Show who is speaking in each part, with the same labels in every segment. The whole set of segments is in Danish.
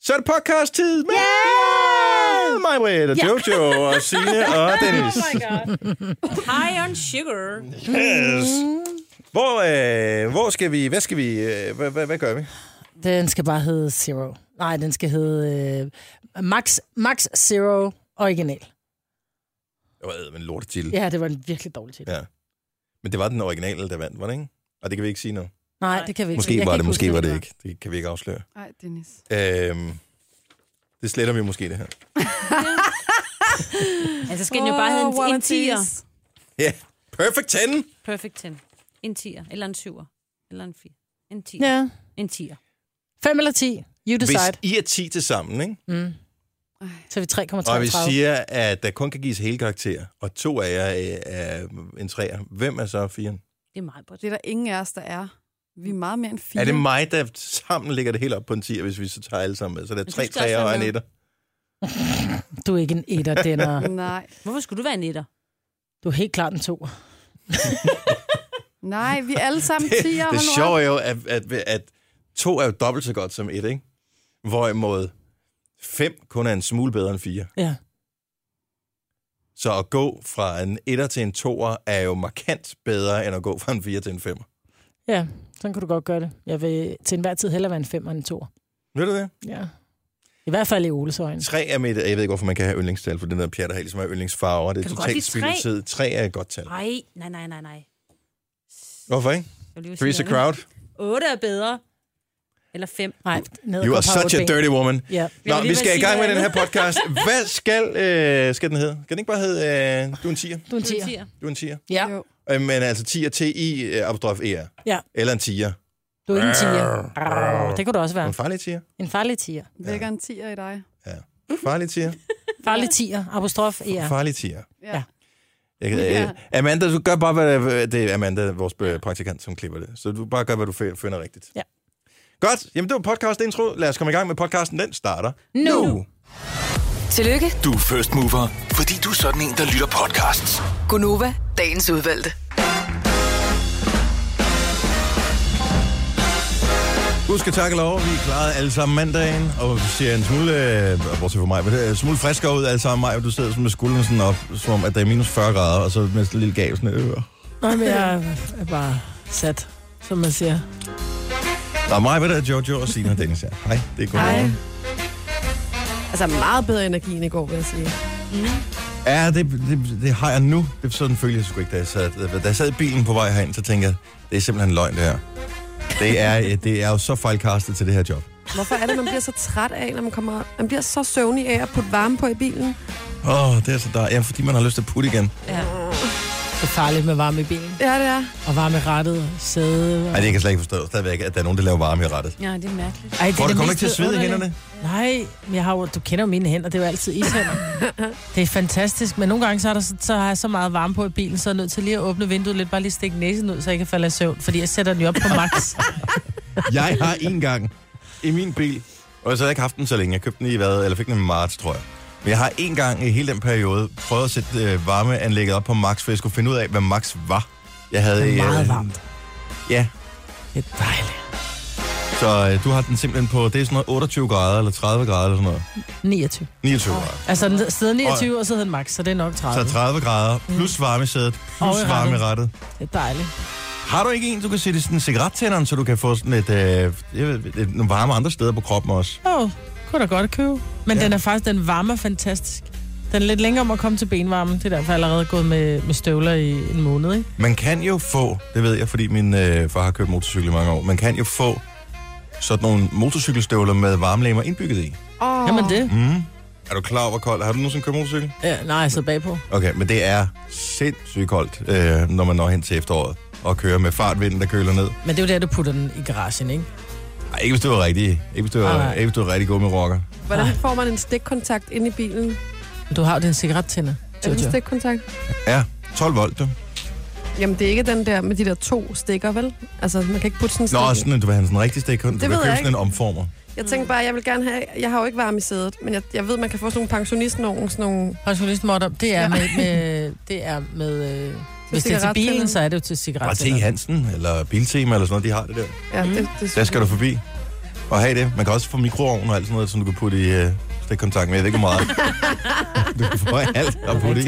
Speaker 1: Så er det podcast-tid med yeah! mig, Britt, og Jojo, og Signe og Dennis.
Speaker 2: High on sugar.
Speaker 1: Mm. Yes. Hvor, øh, hvor skal vi, hvad skal vi, øh, hvad, hvad, hvad gør vi?
Speaker 3: Den skal bare hedde Zero. Nej, den skal hedde øh, Max, Max Zero Original.
Speaker 1: Det var en lortet titel.
Speaker 3: Ja, det var en virkelig dårlig titel. Ja.
Speaker 1: Ja. Men det var den originale, der vandt, var det ikke? Og det kan vi ikke sige nu.
Speaker 3: Nej, det kan vi ikke.
Speaker 1: Måske
Speaker 3: Jeg
Speaker 1: var
Speaker 3: kan
Speaker 1: det,
Speaker 3: ikke
Speaker 1: måske
Speaker 3: huske,
Speaker 1: var
Speaker 3: hvad
Speaker 1: det ikke. Det kan vi ikke afsløre.
Speaker 4: Nej, Dennis.
Speaker 1: Øhm, det sletter vi måske, det her.
Speaker 2: Altså skal den jo bare hedde en, en tier.
Speaker 1: Ja, yeah. perfect 10.
Speaker 2: Perfect 10. En tier. Eller en syver. Eller en fire. En tier.
Speaker 3: Ja.
Speaker 2: En tier.
Speaker 3: 5 eller 10. You decide. Mm.
Speaker 1: Hvis I er 10 til sammen, ikke?
Speaker 3: Så er vi
Speaker 1: og vi
Speaker 3: 3,33.
Speaker 1: siger, at der kun kan gives hele karakterer, og to af jer er, er øh, en træer, hvem er så firen?
Speaker 2: Det er meget godt.
Speaker 4: Det er der ingen af os, der er. Vi er
Speaker 5: Mm.
Speaker 4: meget mere end fire.
Speaker 1: Er det mig, der sammen ligger det helt op på en 10, hvis vi så tager alle sammen med? Så der er
Speaker 2: du
Speaker 1: tre
Speaker 2: skal også
Speaker 1: træer og
Speaker 2: være
Speaker 1: en
Speaker 2: med.
Speaker 1: etter.
Speaker 3: Du er ikke en etter, Denner.
Speaker 4: Nej.
Speaker 2: Hvorfor skulle du være en etter?
Speaker 3: Du er helt klart en toer.
Speaker 4: Nej, vi er alle sammen tiger.
Speaker 1: Det
Speaker 4: hold nu op.
Speaker 1: sjove er jo, at, at, at to er jo dobbelt så godt som et, ikke? Hvorimod fem kun er en smule bedre end fire.
Speaker 3: Ja.
Speaker 1: Så at gå fra en etter til en toer er jo markant bedre, end at gå fra en fire til en femmer.
Speaker 3: Ja, sådan kunne du godt gøre det. Jeg vil til enhver tid hellere være en 5 end en 2.
Speaker 1: Ved du det?
Speaker 3: Ja. I hvert fald i Oles
Speaker 2: Mm.
Speaker 3: øjne.
Speaker 1: Tre er mit, jeg ved ikke, hvorfor man kan have yndlingstal, for den der pjatter her, ligesom er yndlingsfarver. Det er
Speaker 2: Kan du godt
Speaker 1: totalt
Speaker 2: lide tre?
Speaker 1: spildtid. Tre er et godt tal.
Speaker 2: Nej, nej, nej, nej, nej.
Speaker 1: Hvorfor ikke?
Speaker 2: Jeg vil lige sige
Speaker 1: Theresa
Speaker 2: noget
Speaker 1: Crowd,
Speaker 2: andet. Otte er bedre. Eller fem.
Speaker 3: Nej, ned og
Speaker 1: you
Speaker 3: gå
Speaker 1: are
Speaker 3: på
Speaker 1: such a
Speaker 3: ben.
Speaker 1: dirty woman.
Speaker 3: Ja.
Speaker 2: Vil
Speaker 1: Nå,
Speaker 2: jeg
Speaker 1: vi
Speaker 2: lige
Speaker 1: skal i
Speaker 2: sige
Speaker 1: gang med
Speaker 2: noget
Speaker 1: den her podcast. Hvad skal, øh, skal den hedde? Skal den ikke bare hedde, øh, du er en tiger?
Speaker 3: Du er en
Speaker 2: Du er
Speaker 3: tiger.
Speaker 2: en tier.
Speaker 1: Du er en tiger?
Speaker 3: Ja.
Speaker 4: Jo.
Speaker 1: Øh, Men altså tiger, T-I, øh, apostrof E-R.
Speaker 3: ja,
Speaker 1: Eller en tiger.
Speaker 3: du er ikke en tiger. Arr, det kunne du også
Speaker 1: Ja.
Speaker 3: være.
Speaker 1: En farlig tiger?
Speaker 3: En farlig tiger.
Speaker 4: Vækker en tiger i dig.
Speaker 1: Ja. Farlig tiger?
Speaker 3: Farlig tiger. Apostrof
Speaker 1: Ja.
Speaker 3: er.
Speaker 1: Farlig tiger.
Speaker 3: Ja.
Speaker 1: Jeg, kan- øh, Amanda, du gør bare, hvad det er Amanda, vores øh, praktikant, som klipper det. Så du bare gør, hvad du fi- finder rigtigt.
Speaker 3: Ja.
Speaker 1: Godt. Jamen, det var podcast intro. Lad os komme i gang med podcasten. Den starter
Speaker 3: Nu.
Speaker 6: Tillykke,
Speaker 7: Du er first mover, fordi du er sådan en, der lytter podcasts.
Speaker 6: Gunova, dagens udvalgte.
Speaker 1: Husk at takke lov. Vi klarede alle sammen mandagen, og vi ser en smule, øh, bortset fra mig, men det er en smule friskere ud alle sammen. Mig, og du sidder sådan med skulderen sådan op, som om, at der er minus 40 grader, og så med sådan en lille gav sådan øh.
Speaker 3: Nå, men jeg er bare sat, som man siger.
Speaker 1: Og mig, hvad der er Jojo og Sina og Dennis her. Hej, det er godmorgen.
Speaker 5: Altså meget bedre energi end i går, vil jeg sige.
Speaker 1: Ja, det, det, det, har jeg nu. Det er sådan følte jeg sgu ikke, da jeg sad, da jeg sad i bilen på vej herind, så tænkte jeg, det er simpelthen løgn det her. Det er, øh, det er jo så fejlkastet til det her job.
Speaker 5: Hvorfor er det, man bliver så træt af, når man kommer Man bliver så søvnig af at putte varme på i bilen.
Speaker 1: Åh, oh, det er så der. Ja, fordi man har lyst til at putte igen.
Speaker 3: Det er farligt med varme i bilen.
Speaker 5: Ja, det er.
Speaker 3: Og varme i rettet og sæde. Og...
Speaker 1: Nej, det kan jeg slet ikke forstå stadigvæk, at der er nogen, der laver varme i rettet.
Speaker 2: Ja, det er mærkeligt.
Speaker 3: Ej,
Speaker 1: Hvor
Speaker 3: det
Speaker 1: du kommer ikke
Speaker 3: mest
Speaker 1: til at svede i
Speaker 3: vidunderlige.
Speaker 1: hænderne?
Speaker 3: Nej, men jeg har jo, du kender jo mine hænder, det er jo altid ishænder. det er fantastisk, men nogle gange så, er der, så, så har jeg så meget varme på i bilen, så er jeg nødt til lige at åbne vinduet lidt, bare lige stikke næsen ud, så jeg kan falde i søvn, fordi jeg sætter den jo op på max.
Speaker 1: Jeg har en gang i min bil, og så har jeg ikke haft den så længe. Jeg købte den i hvad, eller fik den i marts, tror jeg. Men jeg har en gang i hele den periode prøvet at sætte øh, varmeanlægget op på max, for jeg skulle finde ud af, hvad max var. Jeg havde
Speaker 3: Det er
Speaker 1: øh,
Speaker 3: meget varmt.
Speaker 1: Ja,
Speaker 3: Det er dejligt.
Speaker 1: så øh, du har den simpelthen på, det er sådan noget 28 grader, eller 30 grader, eller sådan noget.
Speaker 3: 29.
Speaker 1: 29 grader.
Speaker 3: Altså, den sidder 29, og så hedder den max, så det er nok 30.
Speaker 1: Så 30 grader,
Speaker 3: Mm.
Speaker 1: plus varme i
Speaker 3: Og
Speaker 1: sædet,
Speaker 3: i
Speaker 1: plus
Speaker 3: rettet.
Speaker 1: varme i rettet.
Speaker 3: Det er dejligt.
Speaker 1: Har du ikke en, du kan sætte i sådan en cigarettænderen, så du kan få sådan et, øh, jeg ved, et, nogle varme andre steder på kroppen også?
Speaker 3: Åh, oh, kunne da godt købe. Men
Speaker 1: Ja.
Speaker 3: ja. den er faktisk, den varmer fantastisk. Den er lidt længere om at komme til benvarmen. Det er derfor, jeg allerede gået med, med støvler i en måned, ikke?
Speaker 1: Man kan jo få, det ved jeg, fordi min øh, far har kørt motorcykel i mange år, man kan jo få sådan nogle motorcykelstøvler med varmelæmer indbygget i.
Speaker 3: Oh. Jamen det? Mm.
Speaker 1: Er du klar over, hvor koldt? Har du nogensinde kørt motorcykel?
Speaker 3: Ja, nej, jeg sidder bagpå.
Speaker 1: Okay, men det er sindssygt koldt, øh, når man når hen til efteråret og kører med fartvinden, der køler ned.
Speaker 3: Men det er jo der, du putter den i garagen, ikke?
Speaker 1: Ej, ikke hvis du er rigtig, ikke hvis du
Speaker 3: Nej,
Speaker 1: er,
Speaker 3: nej.
Speaker 1: ikke hvis du er rigtig god med rocker.
Speaker 5: Hvordan får man en stikkontakt ind i bilen?
Speaker 3: Du har jo din cigarettænder.
Speaker 5: Er det en
Speaker 3: Jojo.
Speaker 5: stikkontakt?
Speaker 1: Ja, 12 volt, du.
Speaker 5: Jamen, det er ikke den der med de der to stikker, vel? Altså, man kan ikke putte sådan en
Speaker 1: Nå,
Speaker 5: stik.
Speaker 1: sådan, en- du vil have sådan en rigtig stik. Du vil
Speaker 5: ved jeg
Speaker 1: købe sådan
Speaker 5: ikke.
Speaker 1: en omformer.
Speaker 5: Jeg
Speaker 2: Mm.
Speaker 5: tænkte bare, jeg vil gerne have... Jeg har jo ikke varme i sædet, men jeg, jeg ved, man kan få sådan nogle pensionistnogen, sådan nogle...
Speaker 3: Pensionistmodder, det er med... med det er med øh, hvis det er til
Speaker 5: cigarettænderen.
Speaker 3: bilen, så er det jo til
Speaker 1: Bare T.
Speaker 3: cigarettænderen.
Speaker 2: Mm.
Speaker 1: Hansen eller Biltema eller sådan noget, de har det der.
Speaker 5: Ja, det, det,
Speaker 1: Der skal du forbi. Og have det. Man kan også få mikroovn og alt sådan noget, som du kan putte i øh, stikkontakten. Jeg ved ikke, hvor meget. du kan få alt at putte i.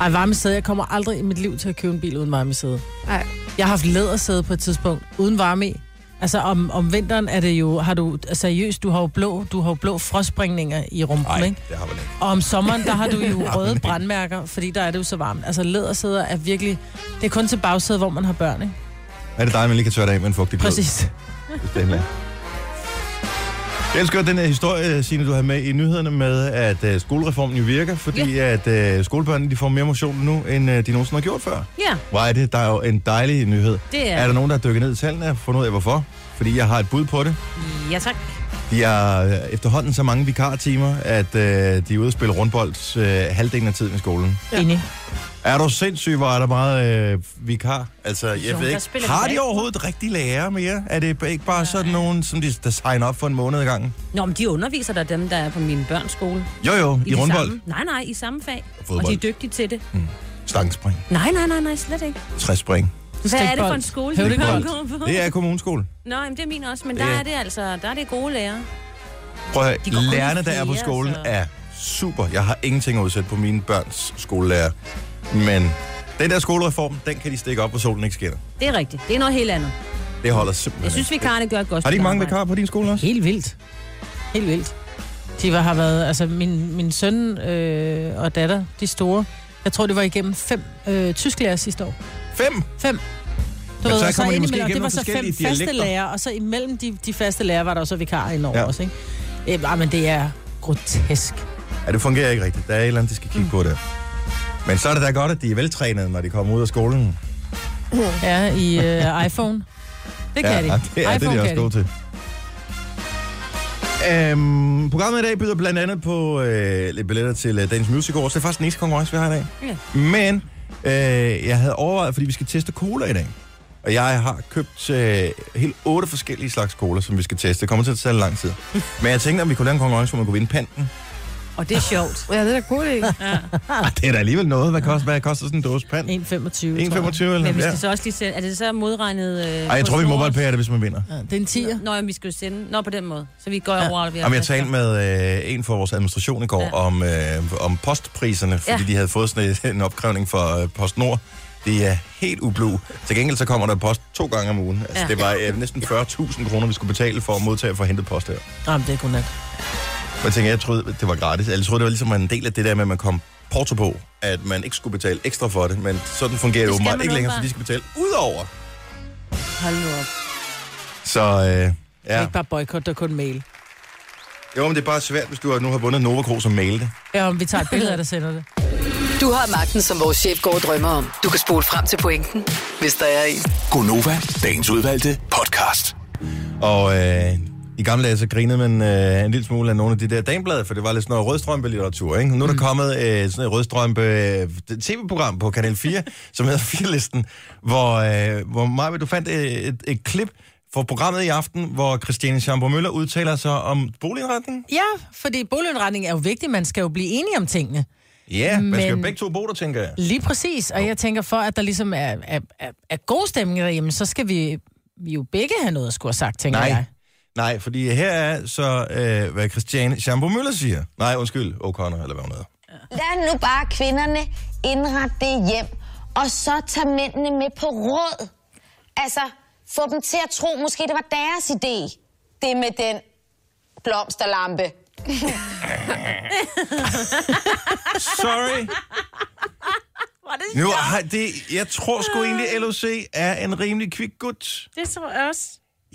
Speaker 3: Ej, varmesæde. Jeg kommer aldrig i mit liv til at købe en bil uden varmesæde.
Speaker 5: Nej.
Speaker 3: Jeg har haft lædersæde på et tidspunkt, uden varme i. Altså om, om vinteren er det jo, har du, seriøst, du har jo blå, du har jo blå frostspringninger i rumpen,
Speaker 1: Nej,
Speaker 3: ikke?
Speaker 1: det har man ikke.
Speaker 3: Og om sommeren, der har du jo røde brandmærker, fordi der er det jo så varmt. Altså lædersæder er virkelig, det er kun til bagsæde, hvor man har børn, ikke?
Speaker 1: Er det dig, man lige kan tørre det af med en fugtig klud?
Speaker 3: Præcis.
Speaker 1: hvis det endelig er. Jeg elsker den her historie, Signe, du har med i nyhederne med, at øh, skolereformen jo virker, fordi at øh, skolebørnene de får mere motion nu, end øh, de nogensinde har gjort før.
Speaker 2: Ja,
Speaker 1: Hvor er det? Der er jo en dejlig nyhed.
Speaker 2: det
Speaker 1: Ja.
Speaker 2: er...
Speaker 1: Er der nogen, der har dykket ned i tallene og fundet ud af, hvorfor? Fordi jeg har et bud på det.
Speaker 2: Ja, tak.
Speaker 1: De har øh, efterhånden så mange vikartimer, at øh, de er ude at spille rundbold øh, halvdelen af tiden i skolen.
Speaker 3: Ja. Enig.
Speaker 1: Er du sindssyg, hvor er der meget øh, vikar? Altså, jeg
Speaker 2: Jo,
Speaker 1: ved
Speaker 2: der
Speaker 1: ikke,
Speaker 2: spiller
Speaker 1: har
Speaker 2: vi
Speaker 1: de
Speaker 2: ikke.
Speaker 1: overhovedet rigtige lærere mere? Er det ikke bare sådan nogen, som de, der signer op for en måned ad gangen?
Speaker 2: Nå, men de underviser der dem, der er på min børns skole.
Speaker 1: Jo, jo, i,
Speaker 2: de
Speaker 1: rundbold.
Speaker 2: Samme. Nej, nej, i samme fag.
Speaker 1: Fodbold.
Speaker 2: Og de er dygtige til det.
Speaker 1: Stangspring,
Speaker 2: Nej, nej, nej, nej, slet ikke.
Speaker 1: træspring.
Speaker 2: Hvad er det for
Speaker 3: Stikbold.
Speaker 2: en skole, de
Speaker 3: Høvdingbold.
Speaker 2: kommer på?
Speaker 1: Det er kommuneskole.
Speaker 2: Nå, jamen, det er min også, men
Speaker 1: Det
Speaker 2: der
Speaker 1: er-
Speaker 2: er det altså, der er det gode lærere.
Speaker 1: Prøv at
Speaker 2: De
Speaker 1: høre,
Speaker 2: går kun i
Speaker 1: lærerne, der er på
Speaker 2: flere,
Speaker 1: skolen,
Speaker 2: så-
Speaker 1: er super. Jeg har ingenting at udsætte på mine børns skolelærer. Men den der skolereform, den kan de stikke op, hvor solen ikke skinner.
Speaker 2: Det er rigtigt. Det er noget helt andet.
Speaker 1: Det holder simpelthen
Speaker 2: Jeg synes, vi
Speaker 1: ikke.
Speaker 2: kan det gør et godt
Speaker 1: Har de ikke
Speaker 2: stykke
Speaker 1: mange
Speaker 2: arbejde.
Speaker 1: vikarer på din skole også?
Speaker 3: Helt vildt. Helt vildt. De var, har været, altså min, min søn øh, og datter, de store, jeg tror, det var igennem fem øh, tysklærer sidste år.
Speaker 1: Fem!
Speaker 3: Fem. Du
Speaker 1: Men så
Speaker 3: og
Speaker 1: kommer de
Speaker 3: ind
Speaker 1: måske
Speaker 3: imellem- og
Speaker 1: igennem
Speaker 3: det var så
Speaker 1: forskellige
Speaker 3: fem faste
Speaker 1: dialekter.
Speaker 3: lærere, og så imellem de, de faste lærere var der jo så vikarer indover
Speaker 1: Ja.
Speaker 3: ja. også, ikke? Øh, ah, men det er grotesk.
Speaker 1: Ja, det fungerer ikke rigtigt. Der er et eller andet, de skal kigge på der. Men så er det da godt, at de er veltrænede, når de kommer ud af skolen.
Speaker 3: Ja, i øh, iPhone. Det kan
Speaker 1: ja,
Speaker 3: de.
Speaker 1: ja, Det er, det er de også
Speaker 3: kan
Speaker 1: gode til. Øhm, programmet i dag byder blandt andet på øh, lidt billetter til øh, Dagens Music Awards. Det er faktisk den eneste konkurrence, vi har i dag.
Speaker 2: Ja.
Speaker 1: Men øh, jeg havde overvejet, fordi vi skal teste cola i dag. Og jeg har købt øh, helt otte forskellige slags cola, som vi skal teste. Det kommer til at tage lang tid. Men jeg tænkte, om vi kunne lave en konkurrence, hvor man kunne vinde panten.
Speaker 2: Og det er sjovt.
Speaker 5: Ja, det er da god idé.
Speaker 1: Ah, det er da alligevel noget. Hvad koster, hvad koster sådan en dåse pant? 1,25
Speaker 3: 1,25,
Speaker 1: eller
Speaker 3: tror jeg.
Speaker 1: sådan
Speaker 2: Men vi
Speaker 1: noget.
Speaker 2: skal
Speaker 1: Ja.
Speaker 2: så også lige sende... Er det så modregnet... Øh,
Speaker 1: Ej, jeg tror, vi mobile det, hvis man vinder.
Speaker 3: Ja, det er en 10'er.
Speaker 2: Nå, jamen, vi skal jo sende... Nå, på den måde. Så vi går
Speaker 3: Ja.
Speaker 2: ja. over, og vi
Speaker 1: Jamen, jeg talte med øh, en fra vores administration i går ja.
Speaker 2: Ja.
Speaker 1: om, øh, om postpriserne, fordi ja.
Speaker 2: Ja.
Speaker 1: de havde fået sådan et- en opkrævning fra øh, PostNord. Det er helt ublu. Til gengæld så kommer der post to gange om ugen. Altså, ja.
Speaker 2: Ja.
Speaker 1: Det var øh, næsten 40.000 kroner, vi skulle betale for at modtage og få hentet post her.
Speaker 3: Jamen, det er godnat.
Speaker 1: Og jeg tænkte, jeg troede, det var gratis. Eller Jeg troede, det var ligesom en del af det der med, at man kom porto på, at man ikke skulle betale ekstra for det. Men sådan fungerer det
Speaker 2: Det skal
Speaker 1: åbenbart
Speaker 2: man
Speaker 1: ikke længere, for
Speaker 2: åbenbart.
Speaker 1: de skal betale udover.
Speaker 2: Hold nu op.
Speaker 1: Så øh,
Speaker 3: Ja.
Speaker 1: ja.
Speaker 3: Ikke bare boykot, der er kun mail.
Speaker 1: Jo, men det er bare svært, hvis du nu har vundet Nova Cruz og mail det.
Speaker 3: Ja, om vi tager et billede af det, sender det.
Speaker 6: Du har magten, som vores chef går og drømmer om. Du kan spole frem til pointen, hvis der er en.
Speaker 7: Gonova, dagens udvalgte podcast.
Speaker 1: Og øh, i gamle dage, så grinede man øh, en lille smule af nogle af de der dameblade, for det var lidt sådan noget rødstrømpe-litteratur, ikke? Nu er der kommet øh, sådan et rødstrømpe-tv-program på Kanal 4, som hedder 4-listen, hvor, øh, hvor Maja, du fandt øh, et, et klip fra programmet i aften, hvor Christiane Schamper-Møller udtaler sig om boligindretning.
Speaker 3: Ja, fordi boligindretning er jo vigtigt. Man skal jo blive enige om tingene.
Speaker 1: Ja, man skal jo
Speaker 3: Men-
Speaker 1: begge to bo der, tænker jeg.
Speaker 3: Lige præcis, og jeg tænker for, at der ligesom er, er, er, er god stemning derhjemme, så skal vi jo begge have noget at skulle have sagt, tænker
Speaker 1: Nej.
Speaker 3: jeg.
Speaker 1: Nej, fordi her er så, øh, hvad Christiane Schamper-Møller siger. Nej, undskyld, O'Connor, eller hvad hun hedder.
Speaker 8: Lad nu bare kvinderne indrette det hjem, og så tage mændene med på råd. Altså, få dem til at tro, måske det var deres idé, det med den blomsterlampe.
Speaker 1: Sorry. Nu, har det, jeg tror sgu egentlig, at LOC er en rimelig kvik gut.
Speaker 2: Det tror jeg også.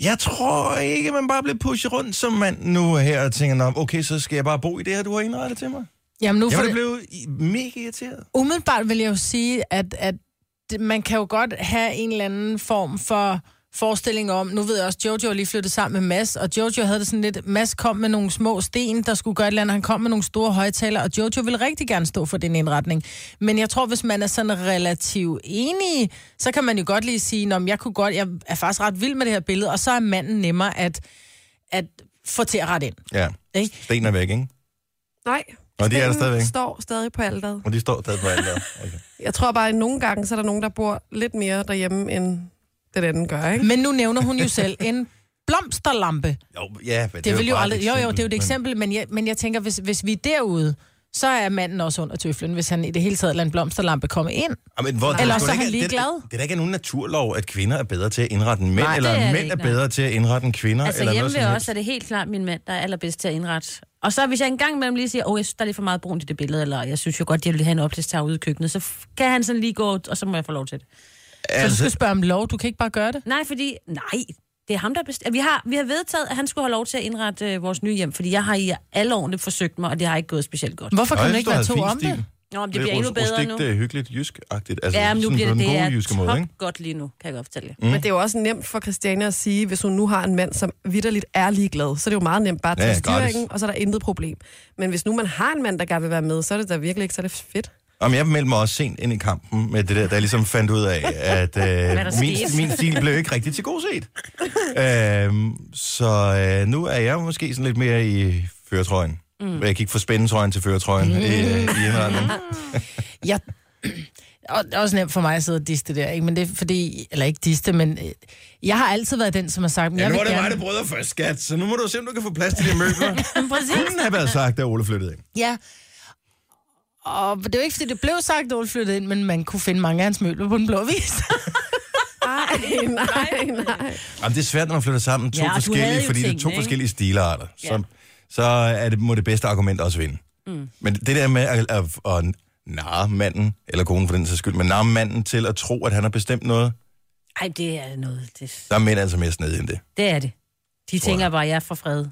Speaker 1: Jeg tror ikke, man bare bliver pushet rundt som mand nu her og tænker, "Nå, okay, så skal jeg bare bo i det her, du har indrettet til mig.
Speaker 3: Jamen nu,
Speaker 1: Jeg
Speaker 3: for
Speaker 1: ville
Speaker 3: det,
Speaker 1: blive i- mega irriteret.
Speaker 3: umiddelbart vil jeg jo sige, at, at det- man kan jo godt have en eller anden form for forestilling om, nu ved jeg også, Jojo er lige flyttet sammen med Mads, og Jojo havde det sådan lidt, Mads kom med nogle små sten, der skulle gøre et eller andet, han kom med nogle store højtaler, og Jojo ville rigtig gerne stå for den indretning. Men jeg tror, hvis man er sådan relativt enige, så kan man jo godt lige sige, om jeg kunne godt, jeg er faktisk ret vild med det her billede, og så er manden nemmere at, at få til at rette ind.
Speaker 1: Ja,
Speaker 3: Ikke?
Speaker 1: sten er væk, ikke?
Speaker 5: Nej.
Speaker 1: Og de er der stadigvæk.
Speaker 5: står stadig på alderet.
Speaker 1: Og de står stadig på alt der. Okay.
Speaker 5: Jeg tror bare, at nogle gange, så er der nogen, der bor lidt mere derhjemme, end den anden gør, ikke?
Speaker 3: Men nu nævner hun jo selv en blomsterlampe.
Speaker 1: Jo, ja, men
Speaker 3: Det, det vil jo
Speaker 1: bare et
Speaker 3: aldrig... Jo, jo, det er jo et
Speaker 1: men-
Speaker 3: eksempel, men jeg, men jeg tænker, hvis, hvis vi er derude, så er manden også under tøflen, hvis han i det hele taget lader en blomsterlampe komme ind.
Speaker 1: Ja, men hvor,
Speaker 3: Eller
Speaker 1: det
Speaker 3: også
Speaker 1: da
Speaker 3: er han
Speaker 1: ikke- det da-
Speaker 3: ligeglad.
Speaker 1: Det er da ikke nogen naturlov, at kvinder er bedre til at indrette end mænd, Nej,
Speaker 3: Nej,
Speaker 1: eller
Speaker 2: det er
Speaker 1: er
Speaker 2: det
Speaker 1: mænd er
Speaker 2: ikke, nej.
Speaker 1: bedre til at indrette end kvinder.
Speaker 2: Altså
Speaker 1: eller
Speaker 2: hjemme ved
Speaker 1: sådan
Speaker 2: os
Speaker 1: noget.
Speaker 2: er det helt klart min mand, der er allerbedst til at indrette. Og så hvis jeg en gang imellem lige siger, åh, jeg synes, der er lidt for meget brunt i det billede, eller jeg synes jo godt, jeg vil have en oplægstager ude i køkkenet, så f- kan han sådan lige gå, og så må jeg få lov til det.
Speaker 3: Så du skal
Speaker 1: Altså,
Speaker 3: spørge om lov, du kan ikke bare gøre det.
Speaker 2: Nej, fordi... Nej, det er ham, der bestemmer. Vi har, vi har vedtaget, at han skulle have lov til at indrette øh, vores nye hjem, fordi jeg har i alle årene forsøgt mig, og det har ikke gået specielt godt.
Speaker 3: Hvorfor
Speaker 1: og
Speaker 3: kan man
Speaker 1: jeg
Speaker 3: ikke være
Speaker 1: synes,
Speaker 3: to
Speaker 1: du havde
Speaker 3: om
Speaker 1: fin
Speaker 3: det?
Speaker 1: stil.
Speaker 2: Nå, men det bliver endnu bedre
Speaker 1: rustigt,
Speaker 2: nu.
Speaker 1: øh, hyggeligt, jysk-agtigt. Altså,
Speaker 2: Ja, men nu
Speaker 1: sådan
Speaker 2: bliver
Speaker 1: på den
Speaker 2: det, det
Speaker 1: gode
Speaker 2: er
Speaker 1: jyske måde, ikke?
Speaker 2: top godt lige nu, kan jeg godt fortælle jer.
Speaker 5: Mm. Men det er jo også nemt for Christiane at sige, hvis hun nu har en mand, som vidderligt er ligeglad, så er det jo meget nemt bare at
Speaker 1: Ja,
Speaker 5: tage
Speaker 1: ja, gratis.
Speaker 5: styringen, og så er der intet problem. Men hvis nu man har en mand, der gerne vil være med, så er det da virkelig ikke så er det fedt.
Speaker 1: Jamen, jeg meldte mig også sent ind i kampen med det der, da jeg ligesom fandt ud af, at
Speaker 2: der
Speaker 1: øh, min,
Speaker 2: skete?
Speaker 1: min stil blev ikke rigtig til god set. øhm, så øh, nu er jeg måske sådan lidt mere i føretrøjen. Mm. Jeg gik fra spændetrøjen til føretrøjen mm. i, i indretningen.
Speaker 3: Jeg, og det er også nemt for mig at sidde og diste der, ikke? Men det er fordi, eller ikke diste, men øh, jeg har altid været den, som har sagt, men
Speaker 1: Ja,
Speaker 3: jeg vil
Speaker 1: nu var det mig,
Speaker 3: gerne...
Speaker 1: der brød først, skat, så nu må du se, om du kan få plads til de møbler.
Speaker 2: Præcis.
Speaker 1: Kunne have været sagt, da Ole flyttede ind.
Speaker 3: Ja. Og det er jo ikke, fordi det blev sagt, at Ole flyttede ind, men man kunne finde mange af hans møbler på den blå vis.
Speaker 5: Ej, nej, nej.
Speaker 1: Jamen, det er svært, når man flytter sammen to
Speaker 2: Ja, og
Speaker 1: ja,
Speaker 2: du
Speaker 1: forskellige,
Speaker 2: havde jo
Speaker 1: fordi det er
Speaker 2: tingene,
Speaker 1: to
Speaker 2: ikke?
Speaker 1: forskellige stilarter. Ja. Så,
Speaker 2: Ja.
Speaker 1: så er det, må det bedste argument også vinde. Mm. Men det der med at, at, at narre manden, eller konen for den sags skyld, men narre manden til at tro, at han har bestemt noget,
Speaker 2: Ej, det er noget. Det,
Speaker 1: der er mænd altså mere snedige end det.
Speaker 2: det er det. De tænker bare, at jeg er for fred.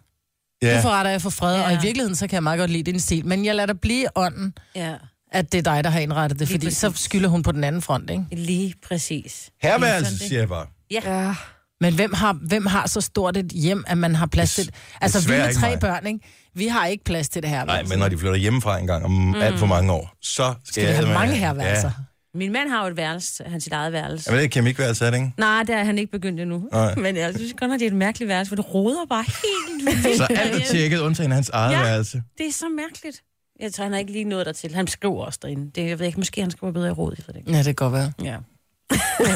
Speaker 1: Ja,
Speaker 3: Nu forretter jeg for fred, ja. og i
Speaker 2: Ja.
Speaker 3: virkeligheden, så kan jeg meget godt lide din stil. Men jeg lader dig blive i ånden,
Speaker 2: Ja,
Speaker 3: at det er dig, der har indrettet det,
Speaker 2: Lige
Speaker 3: fordi
Speaker 2: præcis.
Speaker 3: så skylder hun på den anden front, ikke?
Speaker 2: lige præcis.
Speaker 1: herværelse, siger jeg bare.
Speaker 4: Ja.
Speaker 3: Men hvem har, hvem har så stort et hjem, at man har plads til... Altså, vi
Speaker 1: desværre
Speaker 3: med
Speaker 1: ikke
Speaker 3: tre
Speaker 1: mig.
Speaker 3: børn, ikke? Vi har ikke plads til det her.
Speaker 1: Nej, men når de flytter hjemmefra en gang om mm. alt for mange år, så skal,
Speaker 3: Skal vi have
Speaker 1: eddermame-
Speaker 3: mange herværelser?
Speaker 1: Ja.
Speaker 2: Min mand har jo et værelse, han sit eget værelse.
Speaker 1: Jamen, det er kemikværelse, er det ikke?
Speaker 2: Nej, det er han ikke begyndt endnu.
Speaker 1: Nej.
Speaker 2: Men jeg synes godt, at det er et mærkeligt værelse, for det roder bare helt vildt.
Speaker 1: Så alt er tjekket, undtagen hans eget ja.
Speaker 2: Ja.
Speaker 1: værelse.
Speaker 2: Det er så mærkeligt. Jeg tror, han har ikke lige nået dertil. Han skriver også derinde. Det, jeg ved ikke, måske han skriver bedre i råd, jeg ved det ikke.
Speaker 3: Ja, det kan godt være.
Speaker 2: Ja.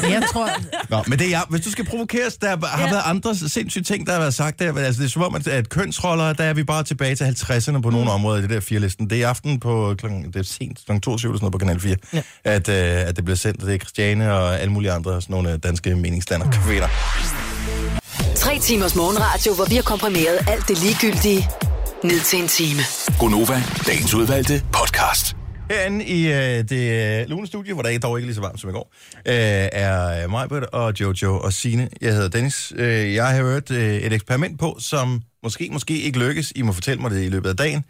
Speaker 3: Jeg tror...
Speaker 1: Nå, men det er jeg. Hvis du skal provokeres, der har ja.
Speaker 2: Ja.
Speaker 1: været andre sindssyge ting, der har været sagt der. Men Altså, det er som om, at, at kønsroller, der er vi bare tilbage til 50'erne på nogle områder i det der firelisten. Det er i aften på klokken, det er sent, kl. 22 eller sådan noget på Kanal 4, ja. at, øh, at det bliver sendt. og Det er Christiane og alle mulige andre sådan nogle øh, danske meningsstandere kvinder.
Speaker 6: Tre timers morgenradio, hvor vi har komprimeret alt det ligegyldige ned til en time.
Speaker 7: Gonova, dagens udvalgte podcast.
Speaker 1: Herinde i øh, det øh, lune studie, hvor der er dog ikke lige så varmt som i går, øh, er Majbert og Jojo og Sine. Jeg hedder Dennis. Øh, jeg har hørt øh, et eksperiment på, som måske, måske ikke lykkes. I må fortælle mig det i løbet af dagen.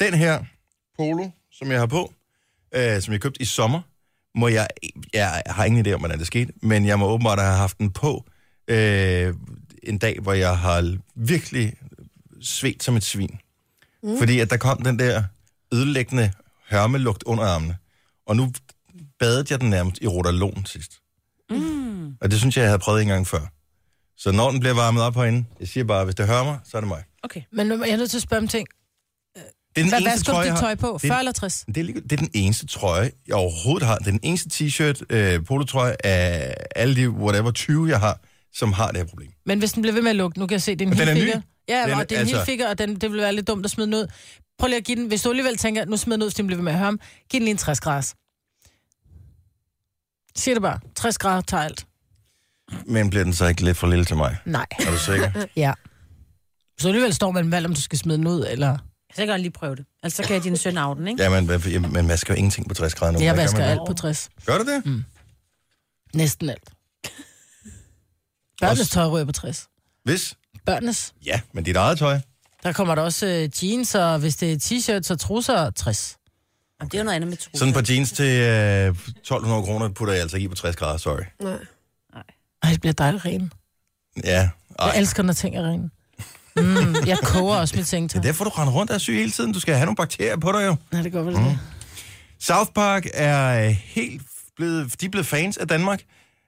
Speaker 1: Den her polo, som jeg har på, øh, som jeg købte i sommer, må jeg, jeg har ingen idé om, hvordan det skete, men jeg må åbenbart have haft den på øh, en dag, hvor jeg har virkelig svedt som et svin. Mm. Fordi at der kom den der ødelæggende hørmelugt under armene. Og nu badede jeg den nærmest i rotalon sidst. Mm. Og det synes jeg, jeg havde prøvet en gang før. Så når den bliver varmet op herinde, jeg siger bare, hvis det hører mig, så er det mig.
Speaker 2: Okay.
Speaker 3: Men nu er jeg nødt til at spørge om ting.
Speaker 1: Det er den
Speaker 3: Hvad, hvad
Speaker 1: eneste
Speaker 3: skal
Speaker 1: trøje, jeg
Speaker 3: dit
Speaker 1: har-
Speaker 3: tøj på?
Speaker 1: Det er
Speaker 3: 40 eller 60?
Speaker 1: det er, lige, det er den eneste trøje, jeg overhovedet har. Det er den eneste t-shirt, øh, polotrøje af alle de whatever 20, jeg har, som har det her problem.
Speaker 3: Men hvis den bliver ved med at lukke, nu kan jeg se, det er en
Speaker 1: Men den er
Speaker 3: hilfiger.
Speaker 1: ny.
Speaker 3: Ja,
Speaker 1: Den
Speaker 3: den,
Speaker 1: er-
Speaker 3: og det er en
Speaker 1: altså-
Speaker 3: altså... hilfiger, og den, det vil være lidt dumt at smide den ud. Prøv lige at give den, hvis du alligevel tænker, nu smider den ud, hvis den bliver ved med at høre ham, giv den lige en 60 grader. Siger det bare. 60 grader tager alt.
Speaker 1: Men bliver den så ikke lidt for lille til mig?
Speaker 3: Nej.
Speaker 1: Er du sikker?
Speaker 3: Ja. Så alligevel står man valg, om du skal smide den ud, eller...
Speaker 2: Så kan jeg lige prøve det. Altså, så kan jeg din søn af den, ikke?
Speaker 1: Jamen, hvad- jamen, man vasker jo ingenting på 60 grader nu.
Speaker 3: Jeg
Speaker 1: Hvad gør
Speaker 3: vasker
Speaker 1: man
Speaker 3: alt
Speaker 1: der?
Speaker 3: på 60.
Speaker 1: Gør du det? Mm.
Speaker 3: Næsten alt. Børnenes tøj ryger på 60.
Speaker 1: Hvis?
Speaker 3: Børnenes.
Speaker 1: Ja, men dit eget tøj.
Speaker 3: Der kommer der også øh, jeans, og hvis det er t-shirts og trusser, 60.
Speaker 2: Jamen, det er jo noget andet med trusser.
Speaker 1: Sådan på jeans til øh, 1200 kroner putter jeg altså ikke i på 60 grader, sorry.
Speaker 5: nej.
Speaker 3: Ej, det bliver dejligt rene.
Speaker 1: Ja,
Speaker 3: Jeg
Speaker 1: ej.
Speaker 3: elsker, når ting er rene. Mm, jeg koger også mit sengetøj.
Speaker 1: Det er derfor, du render rundt og er syg hele tiden. Du skal have nogle bakterier på dig jo.
Speaker 3: Nej, det går vel mm.
Speaker 1: South Park er øh, helt blevet, de er blevet fans af Danmark.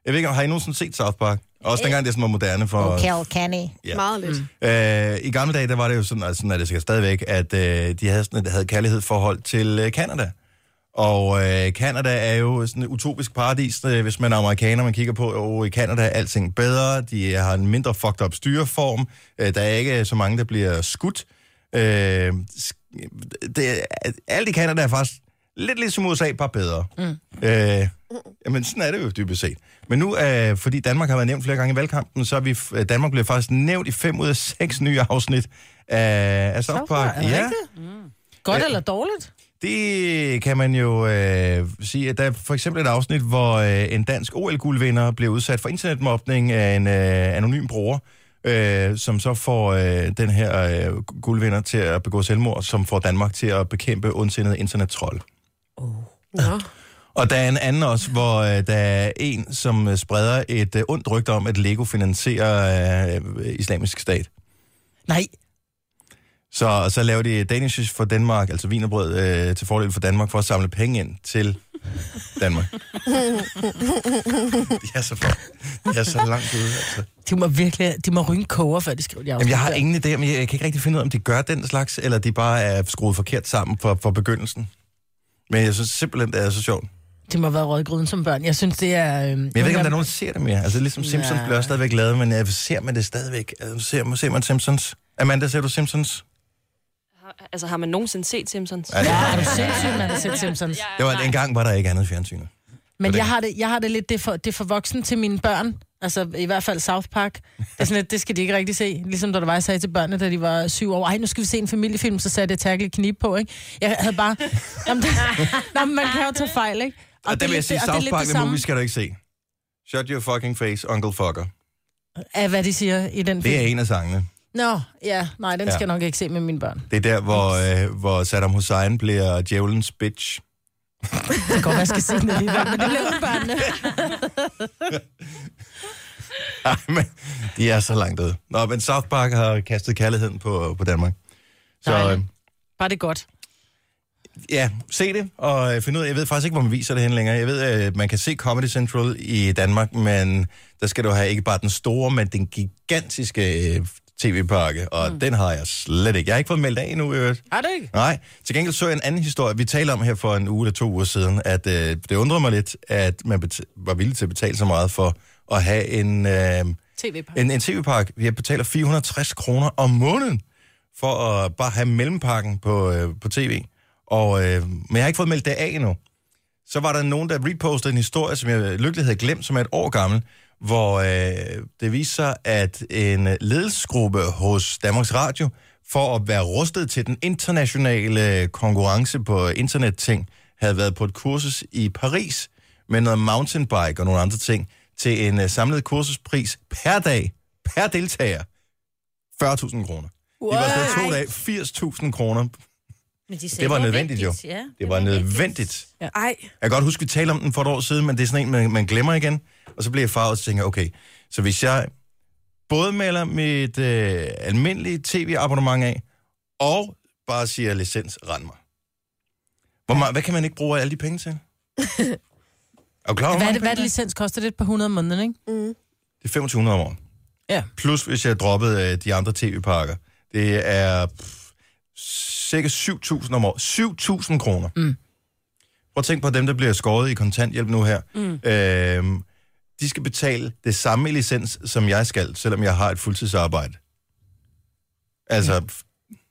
Speaker 1: Jeg ved ikke, om- har I nogensinde set South Park? Også dengang det sådan var moderne for...
Speaker 6: Kenny.
Speaker 1: Ja.
Speaker 5: Meget lidt. Mm.
Speaker 1: Øh, I gamle dage, der var det jo sådan, altså, sådan er det sikkert stadigvæk, at øh, de havde, sådan, et- havde kærlighedsforhold til øh, Canada. Og øh, Canada er jo sådan et utopisk paradis, øh, hvis man er amerikaner, man kigger på, og øh, i Canada er alting bedre, de øh, har en mindre fucked up styreform, øh, der er ikke så mange, der bliver skudt. Øh, sk- det, alt i Canada er faktisk lidt ligesom USA, bare bedre. Mm. Øh, jamen, sådan er det jo dybest set. Men nu, øh, fordi Danmark har været nævnt flere gange i valgkampen, så er vi, f- Danmark bliver faktisk nævnt i fem ud af seks nye afsnit af, af South Park.
Speaker 3: Er det rigtigt? Godt eller dårligt?
Speaker 1: Det kan man jo øh, sige, at der er for eksempel et afsnit, hvor øh, en dansk OL-guldvinder bliver udsat for internetmobning af en øh, anonym bruger, øh, som så får øh, den her øh, guldvinder til at begå selvmord, som får Danmark til at bekæmpe ondsindede internettrold.
Speaker 5: Nå.
Speaker 1: Og der er en anden også, hvor øh, der er en, som øh, spreder et øh, ondt rygte om, at Lego finansierer øh, islamisk stat.
Speaker 3: Nej.
Speaker 1: Så, og så laver de Danishes for Danmark, altså vinerbrød øh, til fordel for Danmark, for at samle penge ind til Danmark. de er så, for, de er så langt ude. Altså.
Speaker 3: De må virkelig, de må rynke koger, før de skriver de
Speaker 1: Jamen, jeg har ingen idé, men jeg kan ikke rigtig finde ud af, om de gør den slags, eller de bare er skruet forkert sammen fra, fra begyndelsen. Men jeg synes simpelthen, det er så sjovt. Men
Speaker 3: De må have været røget i gryden som børn. Jeg synes, det er... Øhm,
Speaker 1: jeg ved ikke, om der er nogen, der ser det mere. Altså, ligesom Simpsons
Speaker 3: Nej.
Speaker 1: bliver også stadigvæk lavet, men øh, ser man det stadigvæk? Altså, ser, ser man Simpsons? Amanda, ser du Simpsons?
Speaker 9: Altså, har man nogensinde set Simpsons?
Speaker 1: Ja, det,
Speaker 3: Ja, er du sindssyg, man har set Simpsons?
Speaker 1: det var en gang, var der ikke andet i fjernsynet.
Speaker 3: Men jeg har, det, jeg har det lidt, det er, for, det er for voksen til mine børn. Altså i hvert fald South Park. Det, er sådan, lidt, det skal de ikke rigtig se. Ligesom da der var, jeg sagde til børnene, da de var syv år, ej, nu skal vi se en familiefilm, så satte jeg tærkelig knib på, ikke? Jeg havde bare... Jamen, det, Nå, men man kan jo tage fejl, ikke?
Speaker 1: Og, og
Speaker 3: det er
Speaker 1: der vil jeg
Speaker 3: lidt
Speaker 1: sige,
Speaker 3: det- og det er
Speaker 1: South
Speaker 3: lidt
Speaker 1: Park
Speaker 3: det
Speaker 1: The
Speaker 3: samme
Speaker 1: Movie skal du ikke se. Shut your fucking face, Uncle Fucker.
Speaker 3: Af hvad de siger i den
Speaker 1: Det
Speaker 3: film.
Speaker 1: er en af sangene.
Speaker 3: Nå, ja, nej, den
Speaker 1: Ja.
Speaker 3: ja. skal jeg nok ikke se med mine børn.
Speaker 1: Det er der, hvor, øh, hvor Saddam Hussein bliver djævelens bitch.
Speaker 3: Det kan godt, være, jeg skal se den alligevel, men det bliver uden børnene.
Speaker 1: Ej, men de er så langt ude. Nå, men South Park har kastet kærligheden på, på Danmark. Så øh,
Speaker 3: Dejligt. Bare det er godt.
Speaker 1: ja, se det, og øh, find ud af, jeg ved faktisk ikke, hvor man viser det hen længere. Jeg ved, at man kan se Comedy Central i Danmark, men der skal du have ikke bare den store, men den gigantiske øh, tv-pakke, og mm. den har jeg slet ikke. Jeg har ikke fået meldt af endnu, i øvrigt.
Speaker 3: Har du ikke?
Speaker 1: Nej, til gengæld så jeg en anden historie, vi talte om her for en uge eller to uger siden, at øh, det undrede mig lidt, at man bet- var villig til at betale så meget for at have en, øh,
Speaker 3: tv -pakke.
Speaker 1: en, en tv-pakke. Jeg betaler 460 kroner om måneden for at bare have mellempakken på, øh, på tv. Og, øh, men jeg har ikke fået meldt det af endnu. Så var der nogen, der repostede en historie, som jeg lykkeligt havde glemt, som er et år gammel, hvor øh, det viser sig, at en ledelsesgruppe hos Danmarks Radio, for at være rustet til den internationale konkurrence på internetting, havde været på et kursus i Paris med noget mountainbike og nogle andre ting, til en øh, samlet kursuspris per dag, per deltager, 40.000 kroner. De var stadig to dage, 80.000 kroner.
Speaker 2: Men de sagde,
Speaker 1: Det var
Speaker 2: var
Speaker 1: nødvendigt jo.
Speaker 2: vigtigt, Ja,
Speaker 1: Det var nødvendigt.
Speaker 5: Ej,
Speaker 1: Jeg kan godt huske, vi talte om den for et år siden, men det er sådan en, man, man glemmer igen. Og så bliver jeg farvet og så tænker, jeg, okay, så hvis jeg både melder mit øh, almindelige tv-abonnement af, og bare siger licens, rend mig. Hvor meget, hvad kan man ikke bruge alle de penge til? er du klar over,
Speaker 3: Hvad er det,
Speaker 1: det,
Speaker 3: hvad er det licens koster? Det er et par hundrede om måneden, ikke?
Speaker 1: det er 2500 om året.
Speaker 3: Ja.
Speaker 1: Plus hvis jeg droppede øh, de andre tv-pakker. Det er pff, cirka 7.000 om året. 7.000 kroner. Mm. Prøv at tænke på dem, der bliver skåret i kontanthjælp nu her. Mm. Øhm, de skal betale det samme i licens, som jeg skal, selvom jeg har et fuldtidsarbejde. Altså, pff,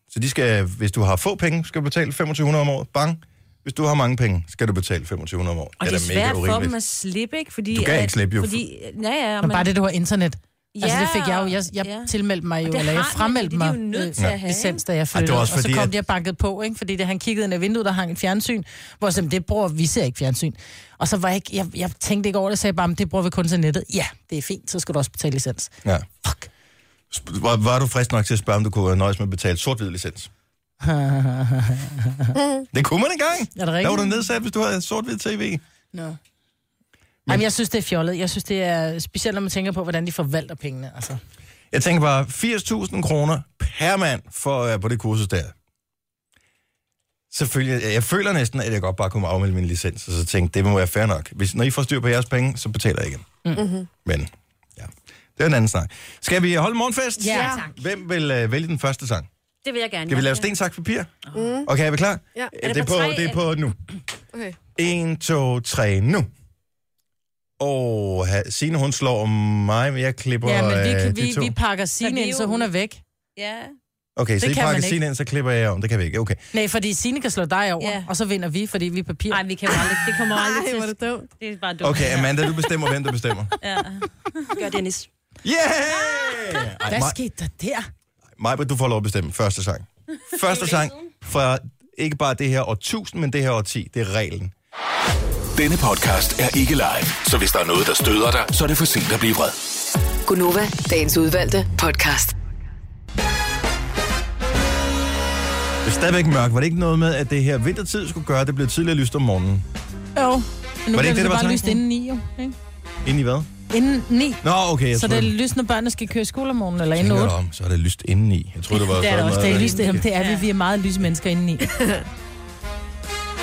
Speaker 1: så de skal, hvis du har få penge, skal du betale 2500 om året. Bang. Hvis du har mange penge, skal du betale 2500 om året.
Speaker 2: Og det er svært for dem at slippe, ikke? Fordi,
Speaker 1: Du kan
Speaker 2: at-
Speaker 1: ikke slippe, jo.
Speaker 2: Fordi, ja, ja,
Speaker 3: Men bare det, du har internet. Ja, altså,
Speaker 2: Ja,
Speaker 3: det fik jeg jo. Jeg, jeg
Speaker 2: ja.
Speaker 3: ja. tilmeldte mig jo,
Speaker 2: det
Speaker 3: eller jeg
Speaker 2: har de,
Speaker 3: fremmeldte
Speaker 2: fordi de er
Speaker 3: mig
Speaker 2: jo nødt
Speaker 3: øh,
Speaker 2: til at have,
Speaker 3: licens, da jeg
Speaker 1: var
Speaker 3: flyttede.
Speaker 1: også
Speaker 3: og så
Speaker 1: fordi,
Speaker 3: kom
Speaker 1: at-
Speaker 3: de og bankede på, ikke? fordi det, han kiggede ind ad vinduet, der hang et fjernsyn, hvor jeg sagde, det bruger vi ser ikke fjernsyn. Og så var jeg ikke, jeg, jeg tænkte ikke over det, sagde bare, "Men det bruger vi kun til nettet. Ja, det er fint, så skal du også betale licens.
Speaker 1: Ja.
Speaker 3: Fuck.
Speaker 1: Sp- Var, var du frisk nok til at spørge, om du kunne nøjes med at betale sort-hvid licens? det kunne man engang.
Speaker 3: Er det
Speaker 1: Der var
Speaker 3: rigtigt?
Speaker 1: du nedsat, hvis du havde sort-hvid tv.
Speaker 3: No. Jamen, jeg synes, det er fjollet. Jeg synes, det er specielt, når man tænker på, hvordan de forvalter pengene. Altså.
Speaker 1: Jeg tænker bare, 80.000 kroner per mand for at være på det kursus der. Selvfølgelig, jeg- jeg føler næsten, at jeg godt bare kunne afmelde min licens, og så tænkte, det må være fair nok. Hvis, når I får styr på jeres penge, så betaler jeg igen.
Speaker 3: Mm.
Speaker 2: Mhm.
Speaker 1: Mm-hmm. Men, ja, det er en anden snak. Skal vi holde morgenfest?
Speaker 2: Ja, tak.
Speaker 1: Hvem vil øh, vælge den første sang?
Speaker 2: Det vil jeg gerne.
Speaker 1: Skal vi
Speaker 2: Ja.
Speaker 1: lave sten, saks, papir? Okay, er vi klar?
Speaker 5: Ja.
Speaker 1: Er det,
Speaker 2: på
Speaker 1: på,
Speaker 2: tre,
Speaker 1: det er på nu.
Speaker 5: Okay.
Speaker 1: 1, 2, 3, nu. Og Signe, hun slår mig, men jeg klipper
Speaker 3: Ja, men vi,
Speaker 1: øh,
Speaker 3: kan-
Speaker 1: de to.
Speaker 3: vi, vi pakker Signe
Speaker 2: vi
Speaker 3: ind,
Speaker 2: jo-
Speaker 3: så hun er væk.
Speaker 2: Ja.
Speaker 1: okay, så
Speaker 3: det
Speaker 1: I
Speaker 3: kan man
Speaker 1: pakker
Speaker 3: ikke.
Speaker 1: Signe ind, så klipper jeg om. Det kan vi ikke. Okay.
Speaker 3: Nej, fordi Signe kan slå dig over,
Speaker 2: Ja.
Speaker 3: og så vinder vi, fordi vi er papir.
Speaker 2: Nej, vi kan jo aldrig. Det kommer aldrig til.
Speaker 5: Ej, hvor er det dumt.
Speaker 2: Det er bare dumt.
Speaker 1: Okay, Amanda, du bestemmer, hvem der bestemmer.
Speaker 2: Ja.
Speaker 9: Gør Dennis.
Speaker 1: Yeah! Ej,
Speaker 3: Hvad
Speaker 1: Maj,
Speaker 3: skete der der?
Speaker 1: Majbrit, du får lov at bestemme første sang. Første sang fra ikke bare det her årtusind, men det her årti. Det er reglen.
Speaker 7: Denne podcast er ikke live, så hvis der er noget, der støder dig, så er det for sent at blive vred.
Speaker 6: Mm. Gunova, dagens udvalgte podcast.
Speaker 1: Det er stadigvæk mørkt. Var det ikke noget med, at det her vintertid skulle gøre, at det blev tidligere lyst om morgenen?
Speaker 3: Jo. Men nu
Speaker 1: Var det
Speaker 3: bliver
Speaker 1: ikke det, der var
Speaker 3: bare lyst
Speaker 1: tanken?
Speaker 3: inden ni, jo. Ikke?
Speaker 1: Ind i hvad?
Speaker 3: Inden ni.
Speaker 1: Nå, okay. Jeg
Speaker 3: Så det
Speaker 1: troede-
Speaker 3: er lyst, når børnene skal køre i skole om morgenen, eller inden
Speaker 1: Tænker
Speaker 3: otte.
Speaker 1: du om, så er det lyst indeni. Jeg tror det var
Speaker 3: Det er
Speaker 1: sådan
Speaker 3: der også. Det
Speaker 1: noget,
Speaker 3: er
Speaker 1: der-
Speaker 3: lyst, jamen, det er vi. Vi er meget lyse mennesker indeni.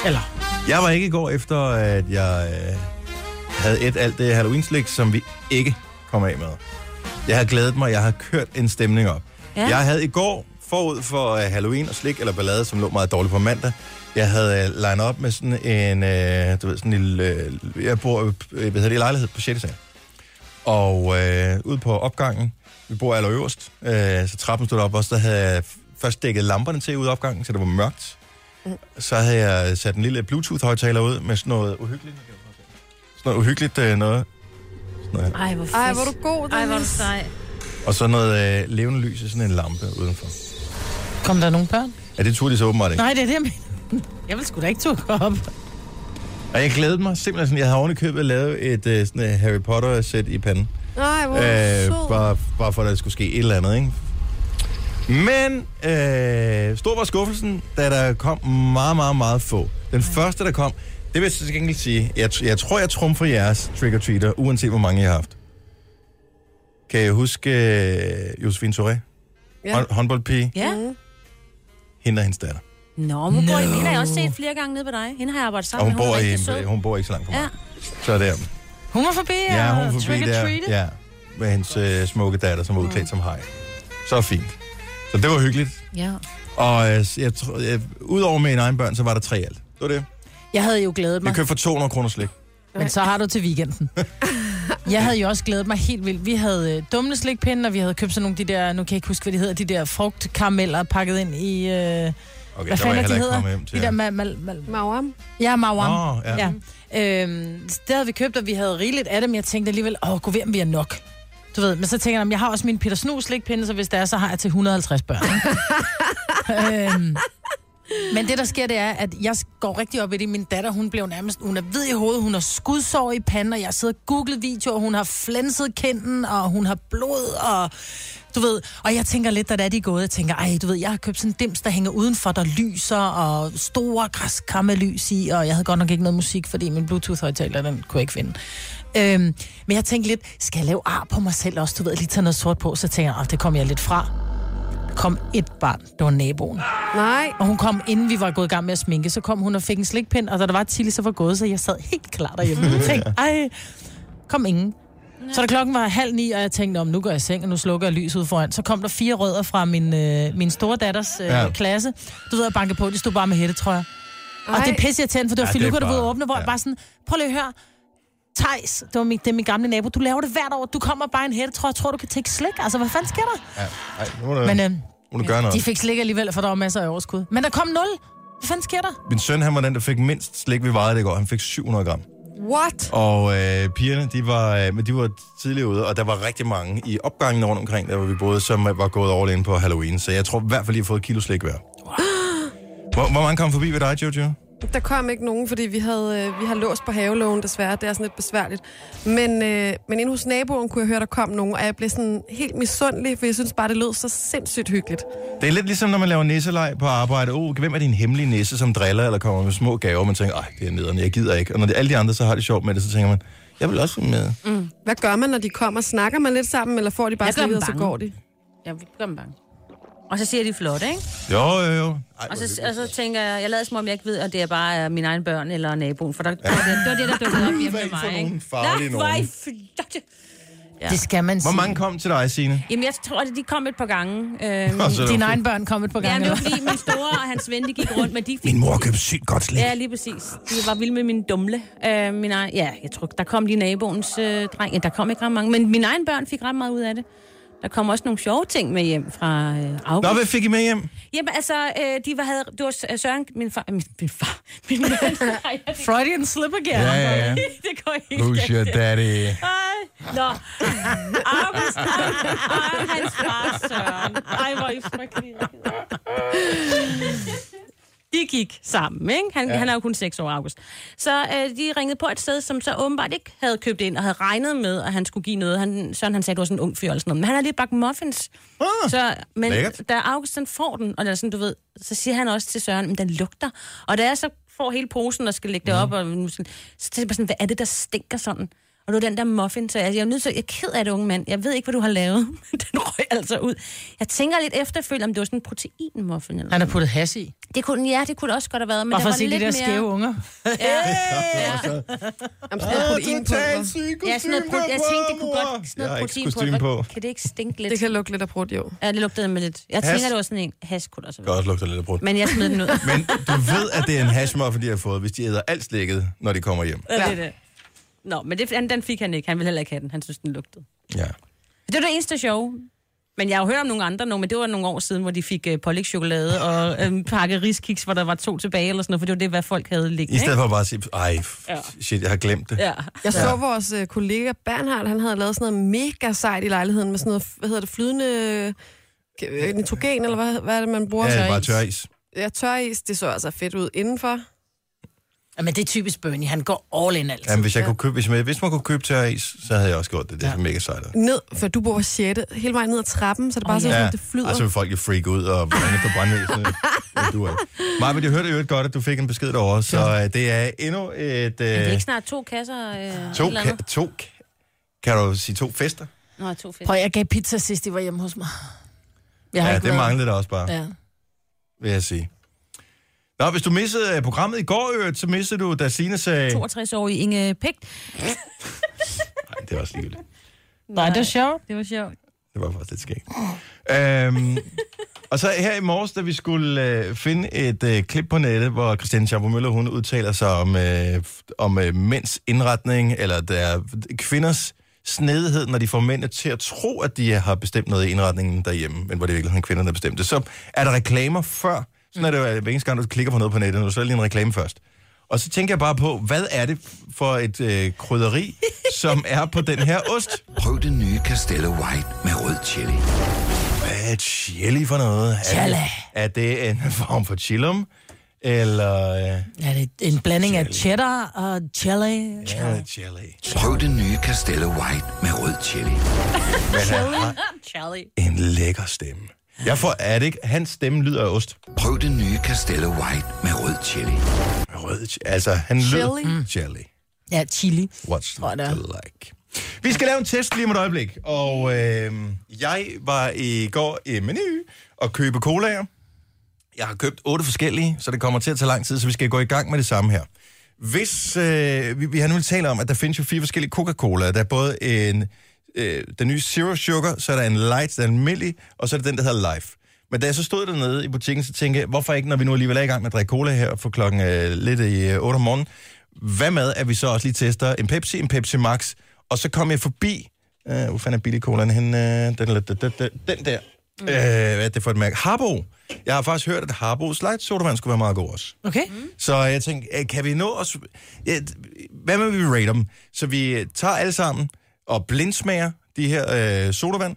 Speaker 3: Eller,
Speaker 1: Jeg var ikke i går efter, at jeg øh, havde et alt det halloween slik, som vi ikke kom af med. Jeg har glædet mig, jeg har kørt en stemning op. Ja. Jeg havde i går, forud for øh, Halloween og slik eller ballade, som lå meget dårligt på mandag, jeg havde øh, lignet op med sådan en, øh, du ved, sådan en lille, øh, jeg bor, øh, hvad hedder det, i lejlighed på 6. sal. Og øh, ude på opgangen, vi bor allerøverst, øh, så trappen stod op også, der havde jeg først dækket lamperne til ude i opgangen, så det var mørkt. Så havde jeg sat en lille Bluetooth-højtaler ud med sådan noget uhyggeligt, sådan noget uhyggeligt øh, noget,
Speaker 2: Ej, hvor fedt.
Speaker 4: Ej, hvor er du god,
Speaker 2: Ej, hvor er
Speaker 4: Dennis.
Speaker 2: du sej.
Speaker 1: og så noget øh, levende lys i sådan en lampe udenfor.
Speaker 3: kom der nogen børn?
Speaker 1: Ja, det turde de så åbenbart ikke.
Speaker 3: Nej, det er det, jeg mener. Jeg vil sgu da ikke turde gå op.
Speaker 1: Og jeg glædede mig simpelthen sådan, jeg havde ovenikøbet lavet et øh, sådan, øh, Harry Potter-sæt i panden.
Speaker 4: Nej, hvor er du
Speaker 1: Øh,
Speaker 4: sød.
Speaker 1: bare, bare for, at der skulle ske et eller andet, ikke? Men øh, stor var skuffelsen, da der kom meget, meget, meget få. Den første, der kom, det vil jeg til gengæld sige, jeg, tr- jeg tror, jeg trumfer jeres trick-or-treater, uanset hvor mange jeg har haft. Kan jeg huske øh, Josefine Touré?
Speaker 5: Ja.
Speaker 1: Ja. Hånd, håndboldpige,
Speaker 2: Ja.
Speaker 5: Mm.
Speaker 1: hende og hendes datter.
Speaker 2: Nå, men hun bor i Hende har jeg også set flere gange nede ved dig. Hende har jeg arbejdet
Speaker 1: Og
Speaker 2: sammen
Speaker 1: hun,
Speaker 2: med.
Speaker 1: bor,
Speaker 2: er
Speaker 1: i,
Speaker 2: rigtig sød.
Speaker 1: hun bor ikke så langt fra mig.
Speaker 2: Ja.
Speaker 1: Så der.
Speaker 3: Hun var forbi,
Speaker 1: Ja, hun
Speaker 3: og
Speaker 1: er forbi der.
Speaker 3: trick-or-treated.
Speaker 1: Ja, med hendes øh, smukke datter, som var
Speaker 3: Mm.
Speaker 1: udklædt som hej. Så fint. Så det var hyggeligt.
Speaker 2: Ja.
Speaker 1: Og øh, jeg tror, øh, udover med en egen børn, så var der tre alt. Det var det.
Speaker 3: Jeg havde jo glædet mig.
Speaker 1: Jeg købte for 200 kroner slik.
Speaker 3: Men så har du til weekenden. Jeg havde jo også glædet mig helt vildt. Vi havde øh, dumle slikpinde, og vi havde købt sådan nogle af de der, nu kan jeg ikke huske, hvad de hedder, de der frugtkarameller pakket ind i, øh, hvad
Speaker 1: Okay,
Speaker 3: fanden er de hedder?
Speaker 1: kommet hjem til.
Speaker 3: De der mal, mal, mal,
Speaker 5: Mauam.
Speaker 3: ja, marwan.
Speaker 1: Åh, ja.
Speaker 3: ja. Øhm, så det havde vi købt, og vi havde rigeligt af dem. Jeg tænkte alligevel, åh, gå ved, om vi er nok. Du ved, men så tænker jeg, "Jamen, jeg har også min Peter Snus slikpinde, så hvis det er, så har jeg til 150 børn. ikke? øhm, men det, der sker, det er, at jeg går rigtig op i det. Min datter, hun blev nærmest... Hun er hvid i hovedet, hun har skudsår i panden, og jeg har siddet og googlet videoer, hun har flænset kinden, og hun har blod, og... Du ved, og jeg tænker lidt, da det er de er gået, jeg tænker, ej, du ved, jeg har købt sådan en dims, der hænger udenfor, der lyser, og store græskammelys i, og jeg havde godt nok ikke noget musik, fordi min Bluetooth-højtaler, den kunne jeg ikke finde. Øhm, men jeg tænkte lidt, skal jeg lave ar på mig selv også? Du ved, lige tage noget sort på, så tænker jeg, "Åh, det kom jeg lidt fra. Der kom et barn, det var naboen.
Speaker 5: Nej.
Speaker 3: Og hun kom, inden vi var gået i gang med at sminke, så kom hun og fik en slikpind, og da der var Tilly, så var gået, så jeg sad helt klar derhjemme. Jeg tænkte, ej, kom ingen. Så da klokken var halv ni, og jeg tænkte, om nu går jeg i seng, og nu slukker jeg lyset ud foran. Så kom der fire rødder fra min, øh, min store datters øh,
Speaker 1: Ja.
Speaker 3: ja. klasse. Du ved, at banke på, de stod bare med hættetrøjer. Og det er pisse irriterende, for det var
Speaker 1: Ja,
Speaker 3: ja,
Speaker 1: det er
Speaker 3: Filuka, der var ude
Speaker 1: bare-
Speaker 3: og åbne, hvor
Speaker 1: ja.
Speaker 3: ja. jeg bare sådan, prøv lige at høre, Thijs, det var min, det er min gamle nabo, du laver det hvert år, du kommer bare i en hættetrøje, tror du kan tænke slik, altså hvad fanden sker der?
Speaker 1: Ja. Ej, nu må du,
Speaker 3: Men
Speaker 1: Men, øh,
Speaker 3: øh,
Speaker 1: må du gøre noget.
Speaker 3: de fik slik alligevel, for der var masser af overskud. Men der kom nul. Hvad fanden sker der?
Speaker 1: Min søn, han var den, der fik mindst slik, vi vejede det i går. Han fik 700 gram.
Speaker 5: What?
Speaker 1: Og øh, pigerne, de var, øh, men de var tidligere ude, og der var rigtig mange i opgangen rundt omkring, der hvor vi boede, som øh, var gået all in på Halloween. Så jeg tror i hvert fald, de har fået et kilo slik hver. Hvor, hvor mange kom forbi ved dig, Jojo?
Speaker 5: Der kom ikke nogen, fordi vi, havde, øh, vi har låst på havelågen, desværre. Det er sådan lidt besværligt. Men, øh, men inde hos naboen kunne jeg høre, der kom nogen, og jeg blev sådan helt misundelig, for jeg synes bare, det lød så sindssygt hyggeligt.
Speaker 1: Det er lidt ligesom, når man laver nisselej på arbejde. Oh, hvem er din hemmelige nisse, som driller eller kommer med små gaver? Man tænker, ej, det er nederne, jeg gider ikke. Og når det, alle de andre så har det sjovt med det, så tænker man, jeg vil også være med.
Speaker 5: Hvad gør man, når de kommer? Snakker man lidt sammen, eller får de bare
Speaker 2: Jeg gør
Speaker 5: sådan
Speaker 2: dem
Speaker 5: og så
Speaker 2: bange.
Speaker 5: går de?
Speaker 2: Jeg gør mig bange. Og så siger de flot, ikke?
Speaker 1: Jo, jo, jo. Ej,
Speaker 2: Og så, og så tænker jeg, jeg lader som om jeg ikke ved, at det er bare er mine egne børn eller naboen, for der, det, var det, det var det, der dukkede op hjemme med
Speaker 1: for
Speaker 2: mig.
Speaker 1: nogen
Speaker 2: Ikke?
Speaker 1: farlige
Speaker 2: Nej, hvor er I
Speaker 1: nogen.
Speaker 2: flotte. Ja.
Speaker 3: Det skal man sige.
Speaker 1: Hvor mange kom til dig, Signe?
Speaker 2: Jamen, jeg tror, at de kom et par gange. Øhm,
Speaker 1: Og så er det
Speaker 3: Dine
Speaker 1: jo
Speaker 3: egne børn kom et par
Speaker 2: ja,
Speaker 3: gange.
Speaker 2: det var
Speaker 3: Ja,
Speaker 2: fordi min store og hans ven, de gik rundt, men de fik...
Speaker 1: Min mor købte sygt godt slik.
Speaker 2: Ja, lige præcis. De var vilde med min dumle. Øh, min egen, ja, jeg tror, der kom lige naboens øh, dreng. Ja, der kom ikke ret mange, men mine egne børn fik ret meget ud af det. Der kom også nogle sjove ting med hjem fra øh, August.
Speaker 1: Nå, hvad fik I med hjem?
Speaker 2: Jamen, altså, øh, de var, havde, det var S- Søren, min far, min, min far, min mand. Nej, jeg-
Speaker 3: Freudian slip again. Ja, ja.
Speaker 1: ja.
Speaker 2: det går ikke.
Speaker 1: Who's your daddy?
Speaker 2: Ej, Nå, August, ej, ej, hans far, Søren. Ej, hvor er I frygtelige. De gik sammen, ikke? Han, ja. han er jo kun 6 år, August. Så øh, de ringede på et sted, som så åbenbart ikke havde købt ind, og havde regnet med, at han skulle give noget. Han, Søren, han sagde, det var sådan en ung fyr eller sådan noget. Men han havde lige bagt muffins.
Speaker 1: Ah,
Speaker 2: Så, men
Speaker 1: Lækkert.
Speaker 2: Lækkert. da August den får den, og der er sådan, du ved, så siger han også til Søren, at den lugter. Og da jeg så får hele posen og skal lægge det op, og nu sådan, så tænker jeg bare sådan, hvad er det, der stinker sådan? Og det var den der muffin, så jeg, jeg er nødt til, jeg er ked af det, unge mand. Jeg ved ikke, hvad du har lavet, men den røg altså ud. Jeg tænker lidt efterfølgende, om det var sådan en proteinmuffin. Eller.
Speaker 3: Han har puttet has i.
Speaker 2: Det kunne, den- ja, det kunne det også godt have været, men
Speaker 3: Bare
Speaker 2: den
Speaker 3: for at
Speaker 2: var
Speaker 3: se de
Speaker 2: lidt
Speaker 3: der
Speaker 2: mere...
Speaker 3: skæve unger.
Speaker 5: Jamen, sådan noget proteinpulver.
Speaker 2: Ja, sådan noget, pro- jeg tænkte, det kunne godt sådan noget proteinpulver.
Speaker 1: på.
Speaker 2: Kan det ikke stinke lidt?
Speaker 5: Det kan lugte lidt af brudt, jo.
Speaker 2: Ja, det lugtede med lidt. Jeg
Speaker 1: Has.
Speaker 2: tænker, det var sådan en has, kunne det også have været.
Speaker 1: Godt lugter lidt af brudt.
Speaker 2: Men jeg smed den ud.
Speaker 1: Men du ved, at det er en hashmuffin, de har fået, hvis de æder alt slikket, når de kommer hjem.
Speaker 2: Ja. Det er det. Nå, men det, han, den fik han ikke. Han ville heller ikke have den. Han synes, den lugtede.
Speaker 1: Ja.
Speaker 2: Det var det eneste show. Men jeg har jo hørt om nogle andre nu, men det var nogle år siden, hvor de fik øh, pålægtschokolade og øh, pakke riskiks, hvor der var to tilbage eller sådan noget, for det var det, hvad folk havde
Speaker 1: I
Speaker 2: liggende,
Speaker 1: stedet
Speaker 2: ikke?
Speaker 1: for bare at sige, ej, f-
Speaker 2: Ja.
Speaker 1: shit, jeg har glemt det.
Speaker 2: Ja.
Speaker 5: Jeg så vores øh, kollega Bernhard, han havde lavet sådan noget mega sejt i lejligheden med sådan noget, hvad hedder det, flydende øh, nitrogen, eller hvad, hvad er det, man bruger?
Speaker 1: Ja, det er bare tør is.
Speaker 5: Ja, tør is. Det så altså fedt ud indenfor.
Speaker 3: Men det er typisk Bernie. Han går all in altid.
Speaker 1: Jamen, hvis, jeg kunne købe, hvis, man, hvis man kunne købe tør is, så havde jeg også gjort det. Det er ja. mega sejt.
Speaker 5: Ned, for du bor 6. Hele vejen ned ad trappen, så det bare oh, sådan, ja. det flyder.
Speaker 1: Altså,
Speaker 5: Altså,
Speaker 1: vil folk jo freak ud og brænde på brændvæsenet. du er. Maja, men jeg hørte jo ikke godt, at du fik en besked derovre, så øh, det er endnu et...
Speaker 2: Men det er
Speaker 1: Øh,
Speaker 2: ikke snart to kasser? Øh,
Speaker 1: to,
Speaker 2: eller
Speaker 1: ka-
Speaker 2: andet?
Speaker 1: to, ka- kan du sige to fester?
Speaker 2: Nå, to fedt.
Speaker 3: Prøv, jeg gav pizza sidst, de var hjemme hos mig. Jeg har
Speaker 1: Ja,
Speaker 3: ikke
Speaker 1: det
Speaker 3: været-
Speaker 1: manglede der også bare, ja.
Speaker 3: Ja.
Speaker 1: vil jeg sige. Nå, hvis du missede øh, programmet i går, øh, så missede du, da Signe sagde...
Speaker 2: 62 år i Inge Pægt.
Speaker 1: Nej, det er også ligegyldigt.
Speaker 3: Nej, det var sjovt.
Speaker 2: Det var sjovt.
Speaker 1: Det var faktisk lidt skægt. øhm, og så her i morges, da vi skulle øh, finde et øh, klip på nettet, hvor Christiane Schaber-Møller, hun udtaler sig om, øh, f- om øh, mænds indretning, eller der, kvinders snedighed, når de får mændene til at tro, at de har bestemt noget i indretningen derhjemme, men hvor det er virkelig kvinderne, der bestemte det. Så er der reklamer før. Sådan er det jo, at hver eneste gang, du klikker på noget på nettet, så er der lige en reklame først. Og så tænker jeg bare på, hvad er det for et øh, krydderi, som er på den her ost?
Speaker 7: Prøv det nye Castello White med rød chili.
Speaker 1: Hvad er chili for noget?
Speaker 3: Chili.
Speaker 1: Er, er det en form for chillum? Eller... Øh,
Speaker 3: Ja, det er en blanding af cheddar og chili.
Speaker 1: ja, chili.
Speaker 7: Prøv det nye Castello White med rød chili.
Speaker 1: Men han har
Speaker 2: Ah, Charlie.
Speaker 1: en lækker stemme. Jeg får, er det ikke? Hans stemme lyder af ost.
Speaker 7: Prøv det nye Castello White med rød chili.
Speaker 1: Rød, chi- altså, han lyder...
Speaker 5: Chili?
Speaker 1: Mm. Chili.
Speaker 3: Ja, chili.
Speaker 1: What's
Speaker 3: Tror jeg, det er.
Speaker 1: the like? Vi skal lave en test lige om et øjeblik, og øh, jeg var i går i menu og købe colaer. Jeg har købt otte forskellige, så det kommer til at tage lang tid, så vi skal gå i gang med det samme her. Hvis øh, vi, vi har nu talt om, at der findes jo fire forskellige Coca-Cola. Der er både en, øh, den nye Zero Sugar, så er der en Light, der er en almindelig, og så er der den, der hedder Life. Men da jeg så stod dernede i butikken, så tænkte jeg, hvorfor ikke, når vi nu alligevel er i gang med at drikke cola her for klokken øh, lidt i øh, 8 om morgenen, hvad med, at vi så også lige tester en Pepsi, en Pepsi Max, og så kom jeg forbi, øh, hvor fanden er billig colaen henne, øh, den, den, den, den, den der, mm. øh, hvad er det for et mærke? Harbo. Jeg har faktisk hørt, at Harbo's light sodavand skulle være meget god også.
Speaker 3: Okay?
Speaker 1: Så jeg tænkte, øh, kan vi nå os... Ja, d- Hvad med, at vi rate dem? Så vi øh, tager alle sammen og blindsmager de her øh, sodavand,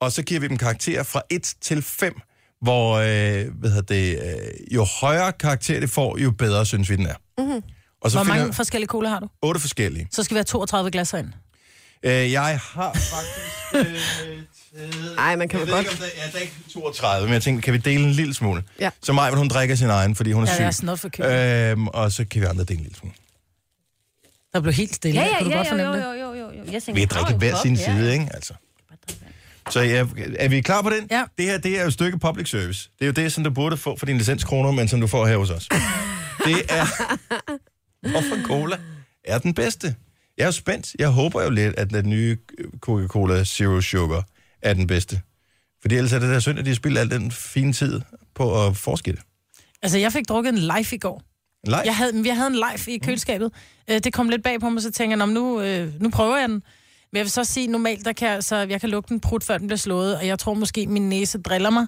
Speaker 1: og så giver vi dem karakterer fra 1 til 5, hvor øh, hvad hedder det, øh, jo højere karakter det får, jo bedre synes vi, den er. Mm-hmm. Og så
Speaker 3: Mhm. Hvor
Speaker 1: finder
Speaker 3: mange
Speaker 1: jeg
Speaker 3: forskellige cola har du?
Speaker 1: otte forskellige.
Speaker 3: Så skal vi have 32 glas ind.
Speaker 1: Øh, jeg har faktisk... Øh, taget-
Speaker 5: Ej, man kan
Speaker 1: jeg
Speaker 5: vel
Speaker 1: ved
Speaker 5: godt-
Speaker 1: ikke, om der, ja, der er ikke 32, men jeg tænkte, kan vi dele en lille smule?
Speaker 5: Ja.
Speaker 1: Så Maja, hun drikker sin egen, fordi hun er
Speaker 3: Ja,
Speaker 1: syg.
Speaker 3: jeg er snot for køkken.
Speaker 1: øhm, og så kan vi andre dele en lille smule.
Speaker 3: Der blev helt stille.
Speaker 2: Ja, ja,
Speaker 3: Kunne du
Speaker 2: ja,
Speaker 3: godt
Speaker 2: jo,
Speaker 3: fornemme
Speaker 2: jo,
Speaker 3: det?
Speaker 2: jo, jo, jo, jo. Jeg tænker,
Speaker 1: Vi
Speaker 2: der var
Speaker 1: drikker
Speaker 2: en
Speaker 1: hver
Speaker 2: kop,
Speaker 1: sin
Speaker 2: ja.
Speaker 1: side, ikke? Altså. Så ja, er vi klar på den?
Speaker 3: Ja.
Speaker 1: Det her det er jo et stykke public service. Det er jo det, som du burde få for dine licenskroner, men som du får her hos os. det er... Hvorfor cola er den bedste? Jeg er jo spændt. Jeg håber jo lidt, at den nye Coca-Cola Zero Sugar er den bedste. Fordi ellers er det der synd, at de har spildt al den fine tid på at forske i det.
Speaker 3: Altså, jeg fik drukket en life i går.
Speaker 1: Nej.
Speaker 3: Jeg havde, vi havde en live i køleskabet. Øh, Det kom lidt bag på mig, så tænker jeg, "Nå, men nu, øh, nu prøver jeg den. Men jeg vil så sige, normalt der kan jeg, så jeg kan lugte den prut, før den bliver slået, og jeg tror måske, min næse driller mig,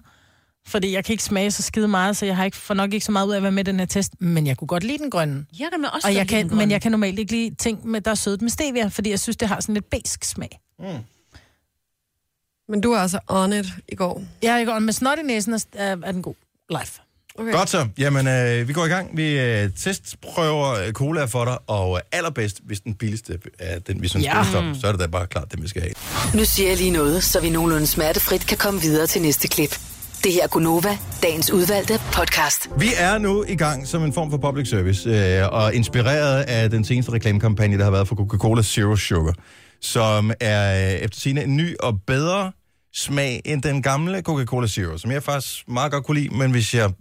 Speaker 3: fordi jeg kan ikke smage så skide meget, så jeg har ikke, får nok ikke så meget ud af at være med i den her test, men jeg kunne godt lide den grønne.
Speaker 2: Jeg kan også
Speaker 3: Og jeg
Speaker 2: godt lide
Speaker 3: kan,
Speaker 2: den
Speaker 3: men
Speaker 2: grønne.
Speaker 3: jeg kan normalt ikke lide ting, med, der er sødt med stevia, fordi jeg synes, det har sådan lidt besk smag.
Speaker 5: Men du er altså on it i går.
Speaker 3: Jeg er ikke med snot i næsen, er, er er den god. Life.
Speaker 5: Okay.
Speaker 1: Godt så. Jamen, øh, vi går i gang. Vi øh, testprøver øh, cola for dig, og øh, allerbedst, hvis den billigste er den, vi synes ja.
Speaker 3: Ja.
Speaker 1: bedst om, så er det da bare klart, den vi skal have.
Speaker 6: Nu siger jeg lige noget, så vi nogenlunde smertefrit kan komme videre til næste klip. Det her er Gunova, dagens udvalgte podcast.
Speaker 1: Vi er nu i gang som en form for public service, øh, og inspireret af den seneste reklamekampagne, der har været for Coca-Cola Zero Sugar, som er øh, efter sine en ny og bedre smag end den gamle Coca-Cola Zero, som jeg faktisk meget godt kunne lide, men hvis jeg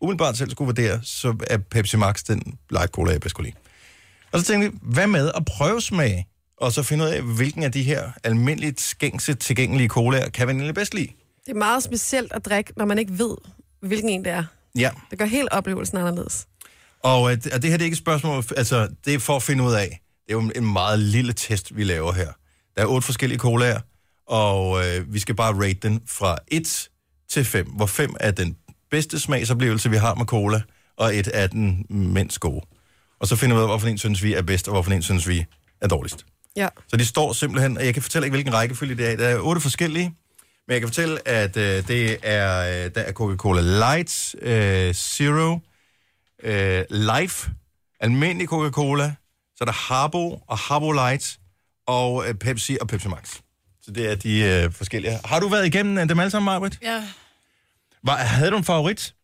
Speaker 1: umiddelbart selv skulle vurdere, så er Pepsi Max den light cola, jeg bedst kunne lide. Og så tænkte vi, hvad med at prøve smag, og så finde ud af, hvilken af de her almindeligt skængse tilgængelige colaer kan man egentlig bedst lide?
Speaker 5: Det er meget specielt at drikke, når man ikke ved, hvilken en det er.
Speaker 1: Ja,
Speaker 5: Det gør helt oplevelsen anderledes.
Speaker 1: Og, øh, og det her det er ikke et spørgsmål, altså det er for at finde ud af. Det er jo en- en meget lille test, vi laver her. Der er otte forskellige colaer, og øh, vi skal bare rate den fra 1 til 5. Hvor 5 er den bedste smagsoplevelse, vi har med cola, og 1 er den mindst gode. Og så finder vi ud af, hvorfor en synes vi er bedst, og hvorfor en synes vi er dårligst.
Speaker 5: Ja.
Speaker 1: Så de står simpelthen, og jeg kan fortælle ikke, hvilken rækkefølge det er. i. Der er otte forskellige, men jeg kan fortælle, at øh, det er, øh, der er Coca-Cola Light, øh, Zero, øh, Life, almindelig Coca-Cola, så er der Harbo og Harbo Light, og øh, Pepsi og Pepsi Max. Så det er de øh, forskellige. Har du været igennem øh, dem alle sammen, Marbet?
Speaker 3: Ja,
Speaker 1: Var, havde du en favorit?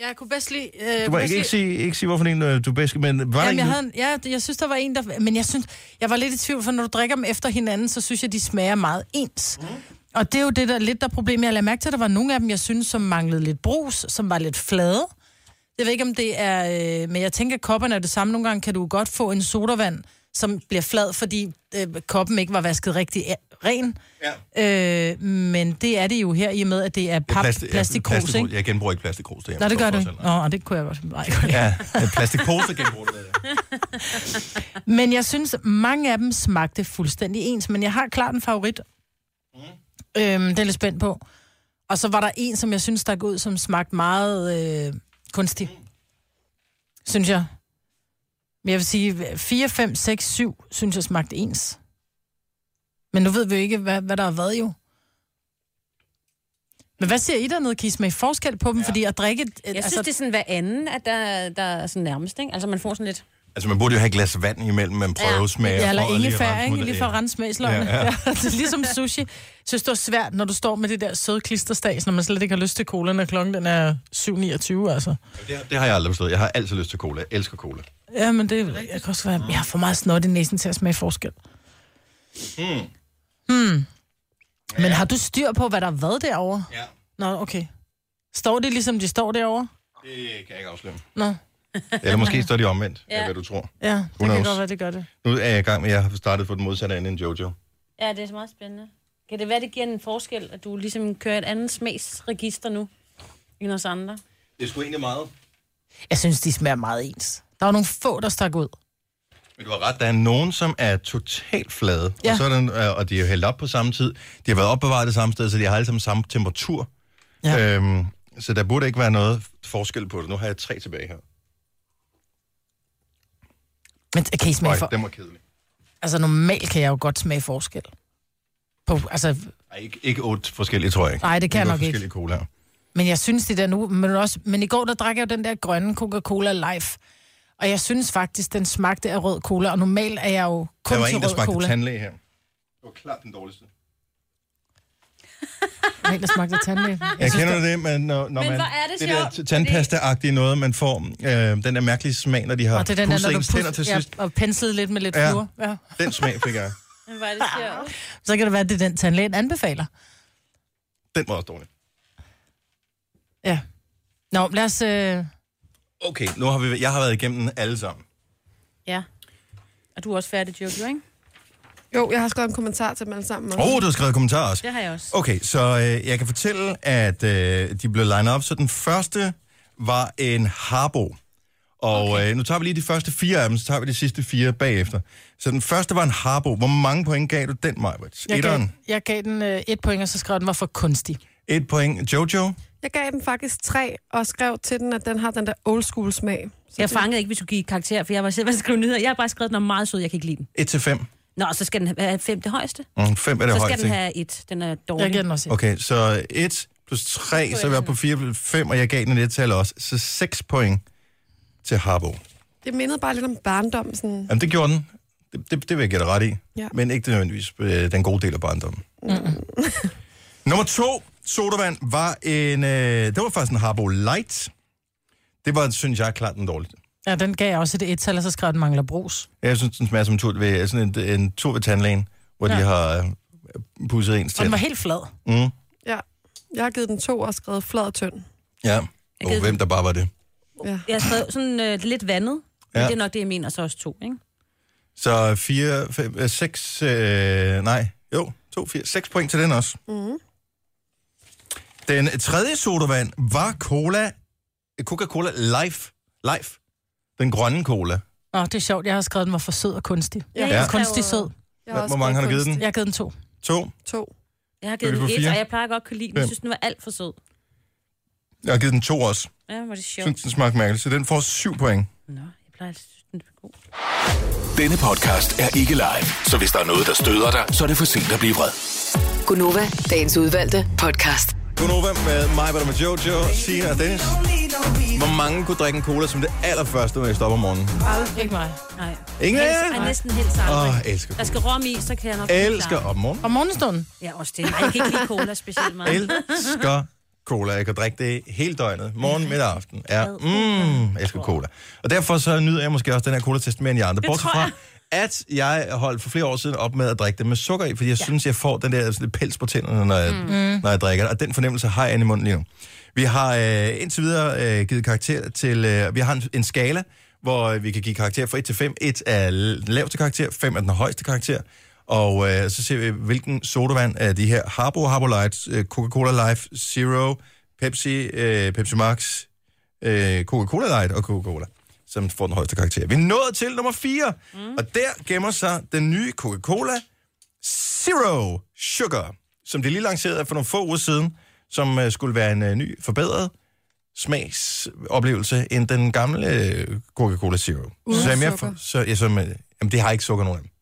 Speaker 3: jeg kunne bedst lide... Øh,
Speaker 1: Du må ikke, ikke, sige, ikke sige, hvorfor en øh, du bedst, men var
Speaker 3: Jamen,
Speaker 1: der
Speaker 3: jeg,
Speaker 1: en,
Speaker 3: havde en, ja, det- jeg synes, der var en, der... Men jeg synes, jeg var lidt i tvivl, for når du drikker dem efter hinanden, så synes jeg, de smager meget ens. Mm. Og det er jo det, der lidt der er problemet. Jeg lagde mærke til, at der var nogle af dem, jeg synes, som manglede lidt brus, som var lidt flade. Jeg ved ikke, om det er... Øh, men jeg tænker, at kopperne er det samme. Nogle gange kan du godt få en sodavand, som bliver flad, fordi øh, koppen ikke var vasket rigtig a- ren. Ja. Øh, men det er det jo her, i og med, at det er
Speaker 1: Det er
Speaker 3: pap, plastik, plastikkrus,
Speaker 1: plastik,
Speaker 3: ikke?
Speaker 1: Jeg genbruger ikke plastikkrus derhjemme.
Speaker 3: Nå, det gør
Speaker 1: står
Speaker 3: du.
Speaker 1: for os selv.
Speaker 3: Nå, det kunne jeg godt. Nej, jeg kunne ikke.
Speaker 1: Ja, plastikpose genbruger du det.
Speaker 3: Men jeg synes, mange af dem smagte fuldstændig ens, men jeg har klart en favorit. Mm. Øhm, det er jeg lidt spændt på. Og så var der en, som jeg synes, der ud, som smagte meget øh, kunstig. Synes jeg. Men jeg vil sige, 4, 5, 6, 7, synes jeg smagte ens. Men nu ved vi jo ikke, hvad, hvad der har været jo. Men hvad siger I dernede, Kis, med forskel på dem? Ja. Fordi at drikke... Jeg
Speaker 2: Jeg synes, altså, det er sådan hver anden, at der, der er sådan nærmest, ikke? Altså, man får sådan lidt...
Speaker 1: Altså, man burde jo have et glas vand imellem, man prøver
Speaker 2: Ja.
Speaker 1: at smage.
Speaker 3: Ja,
Speaker 1: og
Speaker 3: eller
Speaker 1: prøver lige at rense
Speaker 3: ingefær,
Speaker 1: ud
Speaker 3: ikke?
Speaker 1: af
Speaker 3: Lige
Speaker 1: det.
Speaker 3: for at rense smagsløgene.
Speaker 1: Ja,
Speaker 3: Ja, ja. det er ligesom sushi. Jeg synes, det var svært, når du står med det der søde klisterstas, når man slet ikke har lyst til cola, når klokken den er 7.29, altså.
Speaker 1: Det, det har jeg aldrig forstået. Jeg har altid lyst til cola. Jeg elsker cola.
Speaker 3: Ja, men det jeg kan også være... Jeg har for meget snot i næsen til at smage forskel. Hmm. Hmm. Men har du styr på, hvad der har været derovre?
Speaker 1: Ja.
Speaker 3: Nå, okay. Står det ligesom, de står derovre?
Speaker 1: Det kan jeg ikke afsløre.
Speaker 3: Nå,
Speaker 1: Eller måske står de omvendt, ja.
Speaker 2: Ja.
Speaker 1: af hvad du tror.
Speaker 3: ja. Det
Speaker 1: knows?
Speaker 3: kan godt være, det gør det.
Speaker 1: Nu er jeg i gang med, at jeg har startet på den modsatte ende end Jojo.
Speaker 2: Ja, det er meget spændende. Kan det være, det giver en forskel, at du ligesom kører et andet smagsregister nu, end os andre?
Speaker 1: Det er sgu egentlig meget.
Speaker 3: Jeg synes, de smager meget ens. Der var nogle få, der stak ud.
Speaker 1: Men du har ret, der er nogen, som er totalt flade, ja.
Speaker 3: Ja.
Speaker 1: og, så er der, øh, og de er jo hældt op på samme tid. De har været opbevaret det samme sted, så de har alle sammen samme temperatur.
Speaker 3: Ja.
Speaker 1: Øhm, så der burde ikke være noget forskel på det. Nu har jeg tre tilbage her.
Speaker 3: Men kan I smage for...
Speaker 1: Nej, den var kedelig.
Speaker 3: Altså normalt kan jeg jo godt smage forskel. På, altså,
Speaker 1: Ej, ikke, ikke otte forskellige, tror jeg ikke.
Speaker 3: nej, det kan jeg
Speaker 1: Otte
Speaker 3: nok ikke.
Speaker 1: forskellige colaer.
Speaker 3: Men jeg synes det der nu, men, også, men i går der drak jeg jo den der grønne Coca-Cola Life. Og jeg synes faktisk, den smagte af rød cola. Og normalt er jeg jo kun
Speaker 1: Der var
Speaker 3: til
Speaker 1: en, der
Speaker 3: rød
Speaker 1: smagte
Speaker 3: cola.
Speaker 1: tandlæge her. Det var klart den dårligste.
Speaker 3: Der var en, der smagte af tandlæge.
Speaker 1: Jeg kender det, men når, når
Speaker 2: Men
Speaker 1: man...
Speaker 2: hvor er det
Speaker 1: det
Speaker 2: sjovt,
Speaker 1: der tandpasta-agtige noget, man får, øh, den der mærkelige smag, når de har
Speaker 3: Og det er den der,
Speaker 1: pusset
Speaker 3: når du
Speaker 1: ens tænder til
Speaker 3: pus-
Speaker 1: sidst.
Speaker 3: ja, og penslede lidt med lidt
Speaker 1: Ja.
Speaker 3: ja. fluor. Ja.
Speaker 1: Den smag fik jeg.
Speaker 2: Men var det sjovt?
Speaker 3: Så kan det være, at det er den tandlægen anbefaler.
Speaker 1: Den var også dårlig.
Speaker 3: Ja. Nå, lad os... Øh...
Speaker 1: Okay, nu har vi, jeg har været igennem alle sammen.
Speaker 2: Ja. Og du er også færdig, Jojo, ikke?
Speaker 5: Jo, jeg har skrevet en kommentar til dem alle sammen.
Speaker 1: Åh, oh, du har skrevet kommentarer også.
Speaker 2: Det har jeg også.
Speaker 1: Okay, så øh, jeg kan fortælle, at øh, de blev lined op. Så den første var en harbo. Og okay. øh, nu tager vi lige de første fire af dem, så tager vi de sidste fire bagefter. Så den første var en harbo. Hvor mange point gav du den, Majbrit?
Speaker 3: Jeg gav,
Speaker 1: Etteren.
Speaker 3: jeg gav den øh, et point, og så skrev den var for kunstig.
Speaker 1: Et point. Jojo?
Speaker 5: Jeg gav den faktisk tre, og skrev til den, at den har den der old school smag. Så
Speaker 2: Jeg fangede ikke, hvis du give karakter, for jeg var selv ved at skrive nyheder. Jeg har bare skrevet, den er meget sød, jeg kan ikke lide den.
Speaker 1: 1 til 5.
Speaker 2: Nå, så skal den have fem det højeste.
Speaker 1: Mm, 5 er det
Speaker 2: så skal
Speaker 1: højeste.
Speaker 2: den
Speaker 1: ikke?
Speaker 2: have et. Den er
Speaker 3: Jeg
Speaker 2: dårlig.
Speaker 3: gav den også et.
Speaker 1: Okay, så 1 plus 3, så er vi oppe på 4, 5, og jeg gav den et tal også. Så 6 point til harbo.
Speaker 5: det mindede bare lidt om barndom. Sådan.
Speaker 1: Jamen, det gjorde den. Det, det, det vil jeg give dig ret i.
Speaker 5: Ja.
Speaker 1: Men ikke det nødvendigvis øh, den gode del af barndommen. Mm. Nummer to, sodavand, var en... Øh, det var faktisk en Harbo Light. Det var, synes jeg, klart den dårligste.
Speaker 3: Ja, den gav jeg også et et-tal, og så skrev den mangler brus.
Speaker 1: Jeg synes, den smager som en tur ved, sådan en, en tur ved tandlægen, hvor ja. de har øh, pudset ens
Speaker 3: Og den var
Speaker 1: tænder.
Speaker 3: helt flad.
Speaker 1: Mm,
Speaker 5: Ja. Jeg har givet den to og skrevet flad og tynd.
Speaker 1: ja.
Speaker 2: givet
Speaker 1: Og hvem der bare var det.
Speaker 5: Ja.
Speaker 2: Jeg skrev sådan øh, lidt vandet. Ja.
Speaker 1: Ja.
Speaker 2: Men det er nok det, jeg mener, og så også to, ikke?
Speaker 1: Så 4, 5, 6, øh, nej, jo, 2, 4, 6 point til den også. Mm. Den tredje sodavand var cola, Coca-Cola Life, Life, den grønne cola.
Speaker 3: Nå, det er sjovt, jeg har skrevet, den var for sød og kunstig.
Speaker 5: Ja.
Speaker 2: Jeg skrev-
Speaker 3: Kunstig sød.
Speaker 5: Jeg har
Speaker 1: Hvor
Speaker 5: også
Speaker 1: mange har du
Speaker 5: skrevet
Speaker 1: givet den?
Speaker 5: kunst.
Speaker 3: Jeg gav den to.
Speaker 1: 2.
Speaker 5: To.
Speaker 2: Jeg har
Speaker 1: Er
Speaker 2: givet
Speaker 1: vi
Speaker 2: den
Speaker 1: på
Speaker 2: et,
Speaker 1: fire?
Speaker 2: og jeg plejer godt at kunne lide den. Jeg
Speaker 1: Fem.
Speaker 2: synes, den var alt for sød.
Speaker 1: Jeg har givet den 2 også.
Speaker 2: Ja, var det sjovt.
Speaker 1: Synes, den smagte mærkeligt, så den får 7 point.
Speaker 2: Nå, jeg plejer altid at synes, den er god.
Speaker 7: Denne podcast er ikke live, så hvis der er noget, der støder dig, så er det for sent at blive vred.
Speaker 6: Gunova, dagens udvalgte podcast.
Speaker 1: Gunova med mig, var med Jojo, Sina og Dennis. Hvor mange kunne drikke en cola som det allerførste, når jeg stopper om morgenen?
Speaker 3: Ikke mig.
Speaker 2: Nej.
Speaker 1: Ingen af
Speaker 2: Helst,
Speaker 1: jer?
Speaker 2: ej, næsten helst
Speaker 1: Åh,
Speaker 2: aldrig.
Speaker 1: oh, elsker cola.
Speaker 2: Der skal rom i, så kan jeg nok
Speaker 1: Elsker
Speaker 2: klare.
Speaker 1: om morgenen.
Speaker 3: Om morgenstunden.
Speaker 2: Ja, også det. Ej, jeg kan ikke lide cola specielt meget.
Speaker 1: elsker cola. Jeg kan drikke det hele døgnet. Morgen, middag og aften. Ja, mm, jeg elsker cola. Og derfor så nyder jeg måske også den her cola-test mere end jeg andre. Bortset fra, at jeg holdt for flere år siden op med at drikke det med sukker i, fordi jeg ja. synes, jeg får den der sådan lidt pels på tænderne, når jeg, mm. når jeg drikker det. Og den fornemmelse har jeg inde i munden lige nu. Vi har øh, indtil videre øh, givet karakter til... Øh, vi har en, en skala, hvor øh, vi kan give karakter fra 1 til 5. 1 er den laveste karakter, 5 er den højeste karakter. Og øh, så ser vi, hvilken sodavand af de her Harbo, Harbo Light, øh, Coca-Cola Life, Zero, Pepsi, øh, Pepsi Max, øh, Coca-Cola Light og Coca-Cola, som får den højeste karakter. Vi er nået til nummer 4, mm. og der gemmer sig den nye Coca-Cola Zero Sugar, som de lige lancerede for nogle få uger siden, som øh, skulle være en øh, ny, forbedret smagsoplevelse end den gamle øh, Coca-Cola Zero.
Speaker 5: Uden
Speaker 1: som jeg,
Speaker 5: sukker.
Speaker 1: for- så, ja, som, øh, jamen, det har ikke sukker nogen af dem.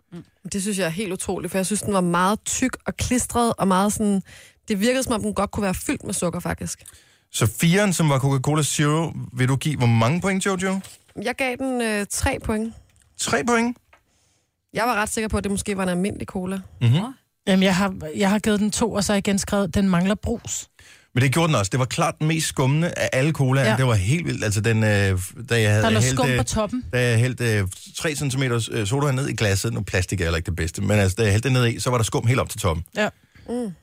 Speaker 5: Det synes jeg er helt utroligt, for jeg synes, den var meget tyk og klistret, og meget sådan... Det virkede, som om den godt kunne være fyldt med sukker, faktisk.
Speaker 1: Så firen, som var Coca-Cola Zero, vil du give hvor mange point, Jojo?
Speaker 5: Jeg gav den øh, tre point.
Speaker 1: Tre point.
Speaker 5: Jeg var ret sikker på, at det måske var en almindelig cola.
Speaker 3: Jamen, jeg har, jeg har givet den to, og så har jeg igen skrevet, den mangler brus.
Speaker 1: Men det gjorde den også. Det var klart den mest skummende af alle colaer. Ja.
Speaker 3: Ja.
Speaker 1: Det var helt vildt. Altså, den, øh, da jeg havde
Speaker 3: Der lå
Speaker 1: hældt,
Speaker 3: skum
Speaker 1: øh,
Speaker 3: på toppen.
Speaker 1: Da jeg hældte øh, 3 cm øh, sodavand ned i glasset, nu plastik er heller ikke det bedste, men altså, da jeg hældte det ned i, så var der skum helt op til toppen.
Speaker 3: Ja.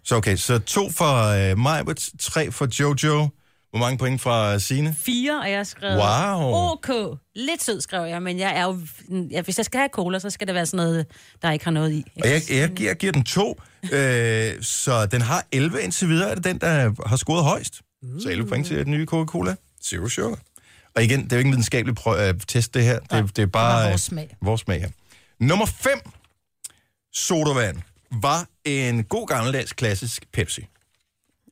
Speaker 1: Så okay, så to for øh, Majbert, tre for Jojo. Hvor mange point fra Sine?
Speaker 2: Fire, og jeg har skrevet...
Speaker 1: Wow.
Speaker 2: OK. Lidt sød, skrev jeg, men jeg er jo... Ja, hvis jeg skal have cola, så skal det være sådan noget, der ikke har noget i.
Speaker 1: Og jeg, jeg, gi- jeg giver den to, øh, så den har 11 indtil videre, er det den, der har scoret højst. Så 11 point til den nye Coca-Cola. Zero sugar. Og igen, det er jo ikke en videnskabelig prø- øh, test, det her. Det, det er bare
Speaker 3: var
Speaker 1: øh,
Speaker 3: vores smag.
Speaker 1: vores smag her. Nummer 5, sodavand, var en god gammeldags klassisk Pepsi.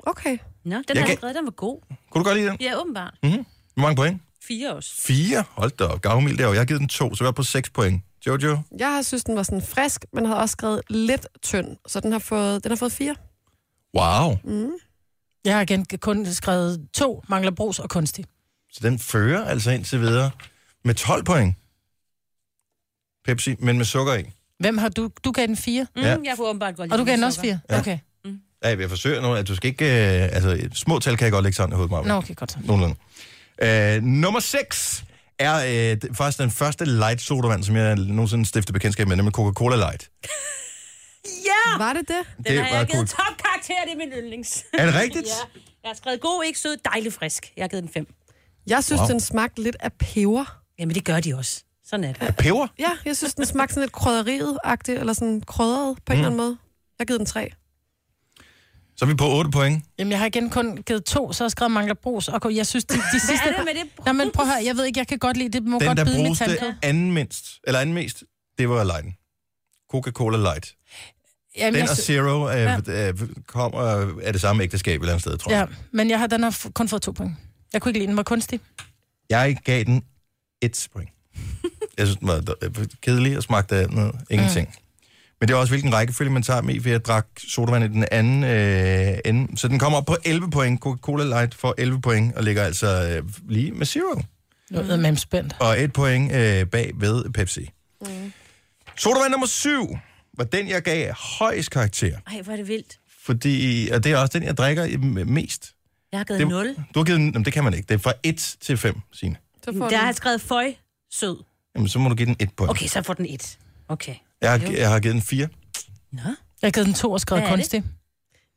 Speaker 5: Okay.
Speaker 2: Nå, den
Speaker 1: Jeg kan-
Speaker 2: har
Speaker 1: Mm.
Speaker 2: jeg skrevet, den var god.
Speaker 1: Kunne du godt lide den?
Speaker 2: Ja, åbenbart.
Speaker 1: Hvor mange point?
Speaker 2: Fire også.
Speaker 1: Fire. Hold da op. Gavmild derovre. Jeg har givet den to, så vi er på seks point. Jojo?
Speaker 5: Jeg har synes, den var sådan frisk, men havde også skrevet lidt tynd, så den har fået, den har fået fire.
Speaker 1: Wow.
Speaker 3: Jeg har igen kun skrevet to, mangler brus og kunstig.
Speaker 1: Så den fører altså indtil videre med 12 point. Pepsi, men med sukker i.
Speaker 3: Hvem har du? Du gav den fire,
Speaker 2: Mm,
Speaker 1: Ja.
Speaker 2: ja. Jeg kunne åbenbart godt lide
Speaker 3: og du gav den
Speaker 2: med
Speaker 3: også
Speaker 2: sukker.
Speaker 3: fire? Okay.
Speaker 1: Ja, jeg forsøger nu, at du skal ikke... Øh, altså, små tal kan jeg godt lægge sådan i hovedet, Marvind.
Speaker 3: Nå, okay, godt så.
Speaker 1: Nogenlunde. Øh, nummer 6 er øh, d- faktisk den første light sodavand, som jeg nogensinde stiftede bekendtskab med, nemlig Coca-Cola Light.
Speaker 2: Ja!
Speaker 5: Var det det?
Speaker 2: Den det har jeg givet
Speaker 1: cool.
Speaker 2: topkarakter, det er min yndlings.
Speaker 1: Er det rigtigt?
Speaker 2: Ja. Jeg har skrevet god, ikke sød, dejlig frisk. Jeg har givet den fem.
Speaker 5: Jeg synes,
Speaker 1: Wow.
Speaker 5: wow. den smagte lidt af peber.
Speaker 2: Jamen, det gør de også. Så Sådan er det.
Speaker 1: Peber?
Speaker 5: Ja, jeg synes, den smagte sådan lidt krydderiet-agtigt, eller sådan krydret på en eller anden måde. Jeg har givet den tre.
Speaker 1: Så er vi på 8 point.
Speaker 3: Jamen, jeg har igen kun givet to, så har jeg skrevet mangler brus. Og jeg synes, de, de sidste...
Speaker 2: Hvad er det med det brus?
Speaker 3: Nej, men prøv at høre, jeg ved ikke, jeg kan godt lide det. må
Speaker 1: Den,
Speaker 3: godt
Speaker 1: der
Speaker 3: bide min
Speaker 1: bruste
Speaker 3: tand.
Speaker 1: anden mindst, eller anden mest, det var Lighten. Coca-Cola Light.
Speaker 3: Jamen,
Speaker 1: Den
Speaker 3: jeg
Speaker 1: og
Speaker 3: sy-
Speaker 1: Zero øh, øh, kommer af det samme ægteskab et eller andet sted, tror
Speaker 3: Ja,
Speaker 1: jeg.
Speaker 3: men jeg har, den har f- kun fået to point. Jeg kunne ikke lide, den var kunstig.
Speaker 1: Jeg gav den et point. Jeg synes, den var øh, kedelig og smagte af noget. Ingenting. Men det er også, hvilken rækkefølge man tager med, i, for jeg drak sodavand i den anden øh, ende. Så den kommer op på 11 point. Coca-Cola Light får 11 point og ligger altså øh, lige med Zero.
Speaker 3: Noget med spændt.
Speaker 1: og et point øh, bag ved Pepsi. Mm. Sodavand nummer syv var den, jeg gav højst karakter.
Speaker 2: Ej, hvor er det vildt.
Speaker 1: Fordi, og det er også den, jeg drikker i- m- mest.
Speaker 2: Jeg har givet
Speaker 1: Det,
Speaker 2: 0.
Speaker 1: Du har givet den, jamen, det kan man ikke. Det er fra 1 til 5, Signe.
Speaker 5: Så får
Speaker 2: Der har
Speaker 5: den.
Speaker 2: jeg skrevet føj, sød.
Speaker 1: Jamen, så må du give den et point.
Speaker 2: Okay, så får den et. Okay.
Speaker 1: Jeg, har, jeg har givet den 4.
Speaker 2: Nå.
Speaker 3: Jeg har givet den to og skrevet
Speaker 2: Hvad er det?
Speaker 3: kunstig.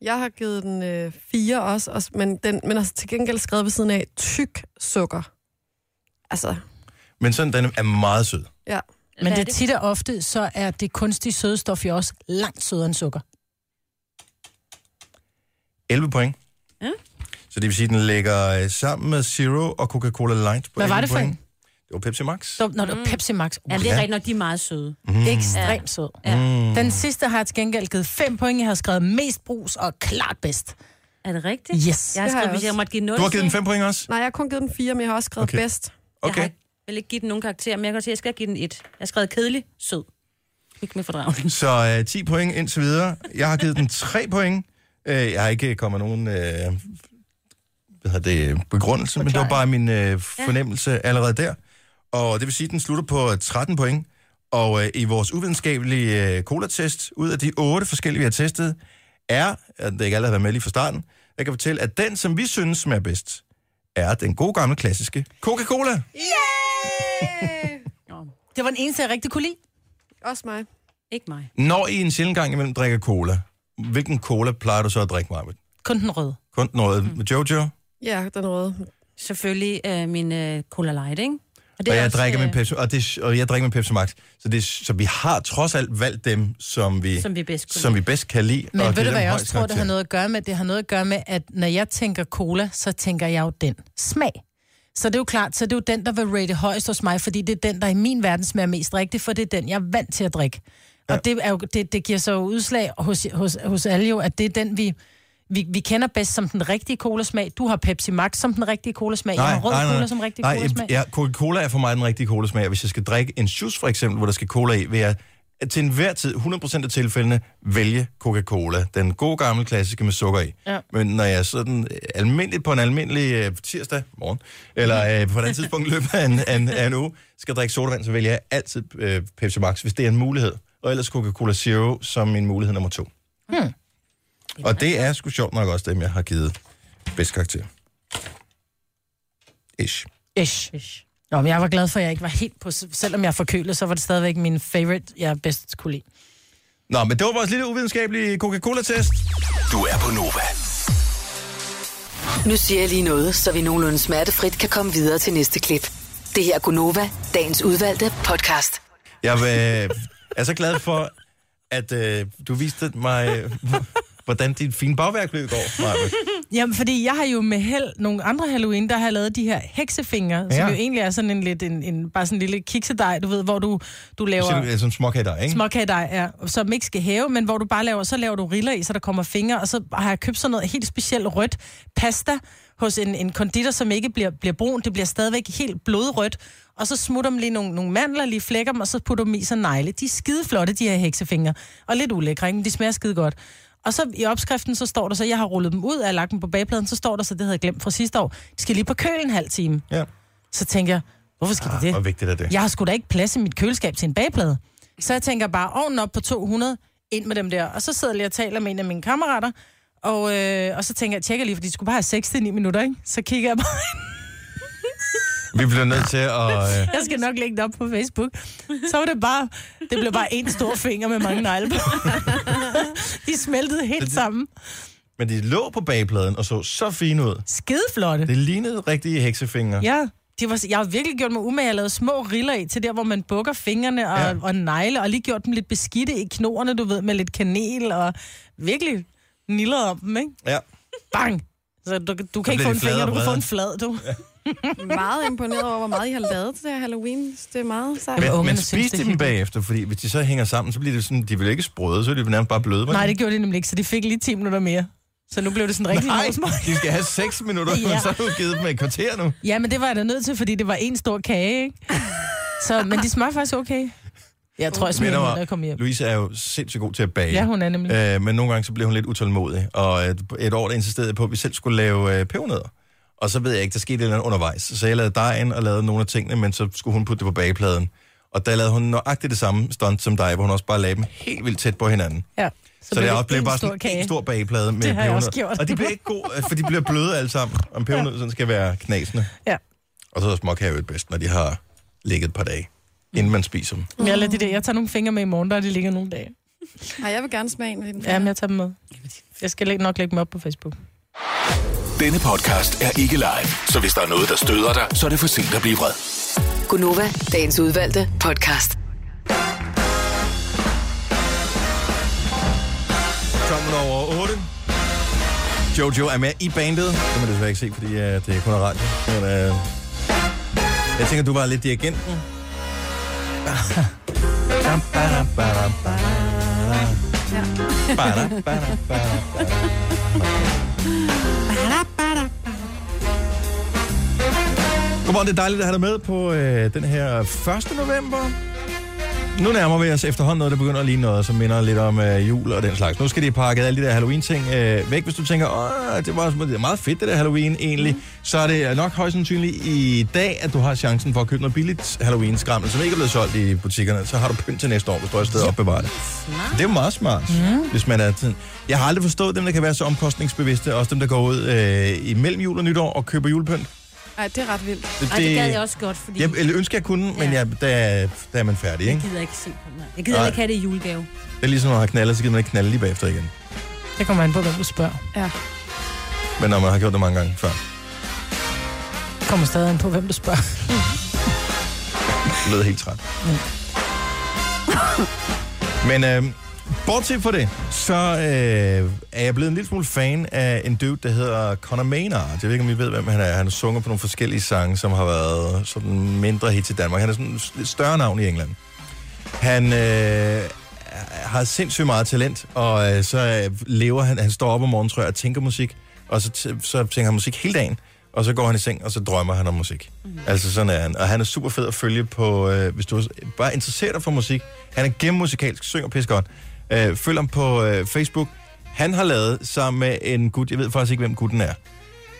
Speaker 5: Jeg har givet den øh, fire også, også men, den, men altså til gengæld skrevet ved siden af tyk sukker. Altså,
Speaker 1: Men sådan, den er meget sød.
Speaker 5: ja.
Speaker 3: Men
Speaker 2: Hvad
Speaker 3: det
Speaker 2: er
Speaker 3: er tit og ofte, så er det kunstige sødestof jo også langt sødere end sukker.
Speaker 1: 11 point.
Speaker 2: Ja.
Speaker 1: Så det vil sige, at den ligger øh, sammen med Zero og Coca-Cola Light på
Speaker 3: Hvad var
Speaker 1: 11
Speaker 3: det for
Speaker 1: point.
Speaker 3: en?
Speaker 1: Det var Pepsi Max.
Speaker 3: Så, når det var Pepsi Max.
Speaker 2: Mm. Ja, det er rigtigt nok, de er meget søde.
Speaker 1: Mhm.
Speaker 3: Mm. Ekstremt sød.
Speaker 2: Ja.
Speaker 3: Den sidste har jeg til gengæld givet 5 point. Jeg har skrevet mest brus og klart bedst.
Speaker 2: Er det rigtigt?
Speaker 3: Yes.
Speaker 2: Jeg har
Speaker 5: Det har
Speaker 2: skrevet,
Speaker 5: jeg
Speaker 2: hvis jeg
Speaker 5: også.
Speaker 2: måtte give 0.
Speaker 1: Du har givet den 5 point også?
Speaker 5: Nej, jeg har kun givet den fire, men jeg har også skrevet
Speaker 1: Okay.
Speaker 5: okay. bedst.
Speaker 2: Okay.
Speaker 1: Okay.
Speaker 2: Jeg vil ikke give den nogen karakter, men jeg kan godt sige, at jeg skal give den et. Jeg har skrevet kedelig, sød. Ikke med fordragen.
Speaker 1: Så øh, 10 point indtil videre. Jeg har givet den 3 point. Øh, jeg har ikke kommet nogen øh, hvad hedder det, begrundelse, men det var bare min øh, fornemmelse ja. allerede der. Og det vil sige, at den slutter på 13 point. Og øh, i vores uvidenskabelige øh, cola-test, ud af de 8 forskellige, vi har testet, er, at det ikke alle har været med lige fra starten, jeg kan fortælle, at den, som vi synes smager bedst, er den gode gamle klassiske Coca-Cola.
Speaker 3: Det var den eneste, jeg rigtig kunne lide.
Speaker 5: Også mig.
Speaker 2: Ikke mig.
Speaker 1: Når I en sjældent gang imellem drikker cola, hvilken cola plejer du så at drikke, Marvind?
Speaker 3: Kun den røde.
Speaker 1: Kun noget
Speaker 3: Mm.
Speaker 1: med Jojo?
Speaker 5: Ja, den røde.
Speaker 2: Selvfølgelig øh, min øh, Cola Light, ikke? det
Speaker 1: Og
Speaker 2: er
Speaker 1: jeg,
Speaker 2: også,
Speaker 1: drikker med
Speaker 2: øh,
Speaker 1: Pepsi, og, det, og jeg drikker med Pepsi Max. Så, det, så vi har trods alt valgt dem, som vi,
Speaker 2: Som vi bedst kunne
Speaker 1: som vi bedst kan lide.
Speaker 3: Men
Speaker 1: og
Speaker 3: ved
Speaker 1: givet
Speaker 3: du, hvad
Speaker 1: dem
Speaker 3: jeg også
Speaker 1: højst
Speaker 3: tror, det har
Speaker 1: karakter.
Speaker 3: noget at gøre med? Det har noget at gøre med, at når jeg tænker cola, så tænker jeg jo den smag. Så det er jo klart, så det er jo den, der vil rate højst hos mig, fordi det er den, der i min verden smager mest rigtigt, for det er den, jeg er vant til at drikke. Og det, er jo, det, det giver så jo udslag hos, hos, hos alle jo, at det er den, vi, vi, vi kender bedst som den rigtige colasmag. Du har Pepsi Max som den rigtige colasmag. jeg har rød cola som rigtig
Speaker 1: nej,
Speaker 3: colasmag.
Speaker 1: Ja, Coca-Cola er for mig den rigtige colasmag, og hvis jeg skal drikke en juice for eksempel, hvor der skal cola i, vil jeg øh, til enhver tid, 100% af tilfældene, vælge Coca-Cola. Den gode gamle klassiske med sukker i.
Speaker 3: Ja.
Speaker 1: Men når jeg er sådan øh, almindeligt på en almindelig øh, tirsdag morgen,
Speaker 3: Mhm.
Speaker 1: eller øh, på et andet tidspunkt i løbet af en, af en, af en uge, skal drikke sodavand, så vælger jeg altid øh, Pepsi Max, hvis det er en mulighed. Og ellers Coca-Cola Zero som min mulighed nummer to. Hmm. Og det er sgu sjovt nok også dem, jeg har givet bedst karakter. Ish.
Speaker 3: Ish. Ish. Nå, men jeg var glad for, at jeg ikke var helt på... Selvom jeg er forkølet, så var det stadigvæk min favorite, jeg bedst kunne lide.
Speaker 1: Nå, men det var vores lille uvidenskabelige Coca-Cola-test.
Speaker 7: Du er på Nova.
Speaker 6: Nu siger jeg lige noget, så vi nogenlunde smertefrit kan komme videre til næste klip. Det her er Gunova, dagens udvalgte podcast.
Speaker 1: Jeg øh, er så glad for, at øh, du viste mig, øh, hvordan dit fine bagværk løb i går. Maja.
Speaker 3: Jamen, fordi jeg har jo med held nogle andre Halloween, der har lavet de her heksefingre, ja.
Speaker 1: Ja.
Speaker 3: som jo egentlig er sådan en lidt, en, en, bare sådan en lille kiksedej, du ved, hvor du, du
Speaker 1: Så
Speaker 3: laver
Speaker 1: du er øh, Som småkatter, ikke?
Speaker 3: småkagedej, ja, som ikke skal hæve, men hvor du bare laver, så laver du riller i, så der kommer fingre, og så har jeg købt sådan noget helt specielt rødt pasta hos en, en konditor, som ikke bliver, bliver brun, det bliver stadigvæk helt blodrødt, og så smutter man lige nogle, nogle mandler, lige flækker dem, og så putter dem i så negle. De er skide flotte, de her heksefingre, og lidt ulækre, ikke? men de smager skide godt. Og så i opskriften, så står der så, jeg har rullet dem ud, og jeg har lagt dem på bagpladen, så står der så, det havde jeg glemt fra sidste år, de skal lige på køl en halv time.
Speaker 1: Ja.
Speaker 3: Så tænker jeg, hvorfor skal de det?
Speaker 1: Hvor vigtigt er det?
Speaker 3: Jeg har sgu da ikke plads i mit køleskab til en bagplade. Så jeg tænker bare, ovnen op på 200, ind med dem der. Og så sidder jeg lige og taler med en af mine kammerater, og, øh, og så tænker jeg, tjekker lige, for de skulle bare have 6-9 minutter, ikke? Så kigger jeg bare,
Speaker 1: Vi bliver nødt til at... Øh,
Speaker 3: jeg skal nok lægge det op på Facebook. Så var det bare, det blev bare en stor finger med mange negle på. De smeltede helt sammen.
Speaker 1: men de lå på bagpladen og så så fine ud.
Speaker 3: Skideflotte.
Speaker 1: Det lignede rigtige heksefingre.
Speaker 3: Ja, Det var, jeg har virkelig gjort mig umage. Jeg lavede små riller i til der, hvor man bukker fingrene og,
Speaker 1: Ja.
Speaker 3: ja. og negle, og lige gjort dem lidt beskidte i knoerne, du ved, med lidt kanel, og virkelig nilleret om dem, ikke?
Speaker 1: Ja.
Speaker 3: Bang! Så du, du kan ikke få
Speaker 1: bliver de
Speaker 3: en finger,
Speaker 1: fladere
Speaker 3: du
Speaker 1: og
Speaker 3: kan få
Speaker 1: bredere.
Speaker 3: en flad, du. Ja.
Speaker 5: Meget imponeret over, hvor meget I har lavet til det her Halloween. Det er meget sejt.
Speaker 3: Men
Speaker 1: Men,
Speaker 3: ungerne
Speaker 1: men
Speaker 3: synes,
Speaker 1: spis
Speaker 3: det er
Speaker 1: de dem
Speaker 3: hyggeligt.
Speaker 1: bagefter, fordi hvis de så hænger sammen, så bliver det sådan, de bliver ikke sprøde, så er de nærmest bare bløde.
Speaker 3: Nej, det gjorde det nemlig ikke, så de fik lige 10 minutter mere. Så nu blev det sådan rigtig
Speaker 1: Nej,
Speaker 3: hårdsmøg.
Speaker 1: de skal have 6 minutter,
Speaker 3: Ja.
Speaker 1: men så har du givet dem et kvarter nu.
Speaker 3: Ja, men det var jeg da nødt til, fordi det var en stor kage, ikke? Så, men de smagte faktisk okay. Jeg tror, jeg smider
Speaker 1: Minder
Speaker 3: mig,
Speaker 1: mig
Speaker 3: når
Speaker 1: om-
Speaker 3: jeg kommer hjem.
Speaker 1: Louise er jo sindssygt god til at bage.
Speaker 3: Ja, hun er nemlig.
Speaker 1: Øh, men nogle gange så bliver hun lidt utålmodig. Og et, et år der insisterede jeg på, at vi selv skulle lave øh, pebernødder. Og så ved jeg ikke, der skete et eller andet undervejs. Så jeg lavede dejen og lavede nogle af tingene, men så skulle hun putte det på bagepladen. Og der lavede hun nøjagtigt det samme stunt som dig, hvor hun også bare lagde dem helt vildt tæt på hinanden.
Speaker 3: Ja.
Speaker 1: Så, så det
Speaker 3: blev
Speaker 1: også blev
Speaker 3: én
Speaker 1: bare
Speaker 3: stor
Speaker 1: sådan
Speaker 3: kage.
Speaker 1: en stor bageplade med
Speaker 3: Det har jeg også
Speaker 1: pebernødder.
Speaker 3: gjort.
Speaker 1: Og de bliver ikke gode, øh, for de bliver bløde alle sammen. Om pebernødder sådan skal være knasende.
Speaker 3: Ja.
Speaker 1: Og så er småkager jo et bedst, når de har ligget et par dage, inden man spiser dem.
Speaker 3: Men Jeg, lader de der. jeg tager nogle fingre med i morgen, der de ligger nogle dage.
Speaker 5: Ej, jeg vil gerne smage en af dine.
Speaker 3: Ja, men jeg tager dem med. Jeg skal læ- nok lægge dem op på Facebook.
Speaker 7: Denne podcast er ikke live, så hvis der er noget, der støder dig, så er det for sent at blive vred.
Speaker 6: Gunova, dagens udvalgte podcast.
Speaker 1: 12 over 8. Jojo er med i bandet. Det kan man desværre ikke se, fordi uh, det er kun er radio. Men, uh, jeg tænker, du var lidt dirigenten. Bam, badam, badam, badam. Badam, badam, badam, badam. Godmorgen, det er dejligt at have dig med på øh, den her 1. november. Nu nærmer vi os efterhånden noget, der begynder at ligne noget, som minder lidt om øh, jul og den slags. Nu skal de have pakket alle de der Halloween-ting øh, væk. Hvis du tænker, åh, det var det er meget fedt, det der Halloween egentlig, mm. så er det nok højst sandsynligt i dag, at du har chancen for at købe noget billigt Halloween-skrammel, som ikke er blevet solgt i butikkerne. Så har du pynt til næste år, hvis du har et sted at opbevare det. Det er jo meget smart, mm. hvis man er sådan. Jeg har aldrig forstået dem, der kan være så omkostningsbevidste, også dem, der går ud øh, imellem jul og nytår og køber julepynt.
Speaker 4: Ej, det er ret vildt.
Speaker 1: Det,
Speaker 2: Ej, det gad jeg også godt, fordi
Speaker 1: jeg,
Speaker 2: jeg,
Speaker 1: eller ønsker jeg kunne, men
Speaker 2: Ja.
Speaker 1: jeg, der, er- der er man færdig,
Speaker 2: jeg
Speaker 1: ikke?
Speaker 2: gider ikke se på den her. Jeg gider
Speaker 1: Nej.
Speaker 2: ikke have det i julegave.
Speaker 1: Det er ligesom, når man har knaldet, så gider man ikke knalde lige bagefter igen.
Speaker 3: Det kommer an på, hvem du spørger.
Speaker 1: Men når man har gjort det mange gange før.
Speaker 3: Det kommer stadig an på, hvem du spørger.
Speaker 1: Jeg lød helt træt. Men øh, bortset fra det, så øh, er jeg blevet en lille smule fan af en dude, der hedder Conor Maynard. Jeg ved ikke, om I ved, hvem han er. Han sunger på nogle forskellige sange, som har været sådan mindre hit i Danmark. Han er sådan et lidt større navn i England. Han øh, har sindssygt meget talent, og øh, så øh, lever han, han står op om morgenen, tror jeg, og tænker musik, og så, t- så tænker han musik hele dagen, og så går han i seng, og så drømmer han om musik. Mm. Altså sådan er han. Og han er super fed at følge på, øh, hvis du er bare interesserer dig for musik. Han er gennemmusikalsk, synger pis godt. Øh, følg ham på øh, Facebook. Han har lavet sammen med en gut, jeg ved faktisk ikke, hvem gutten er,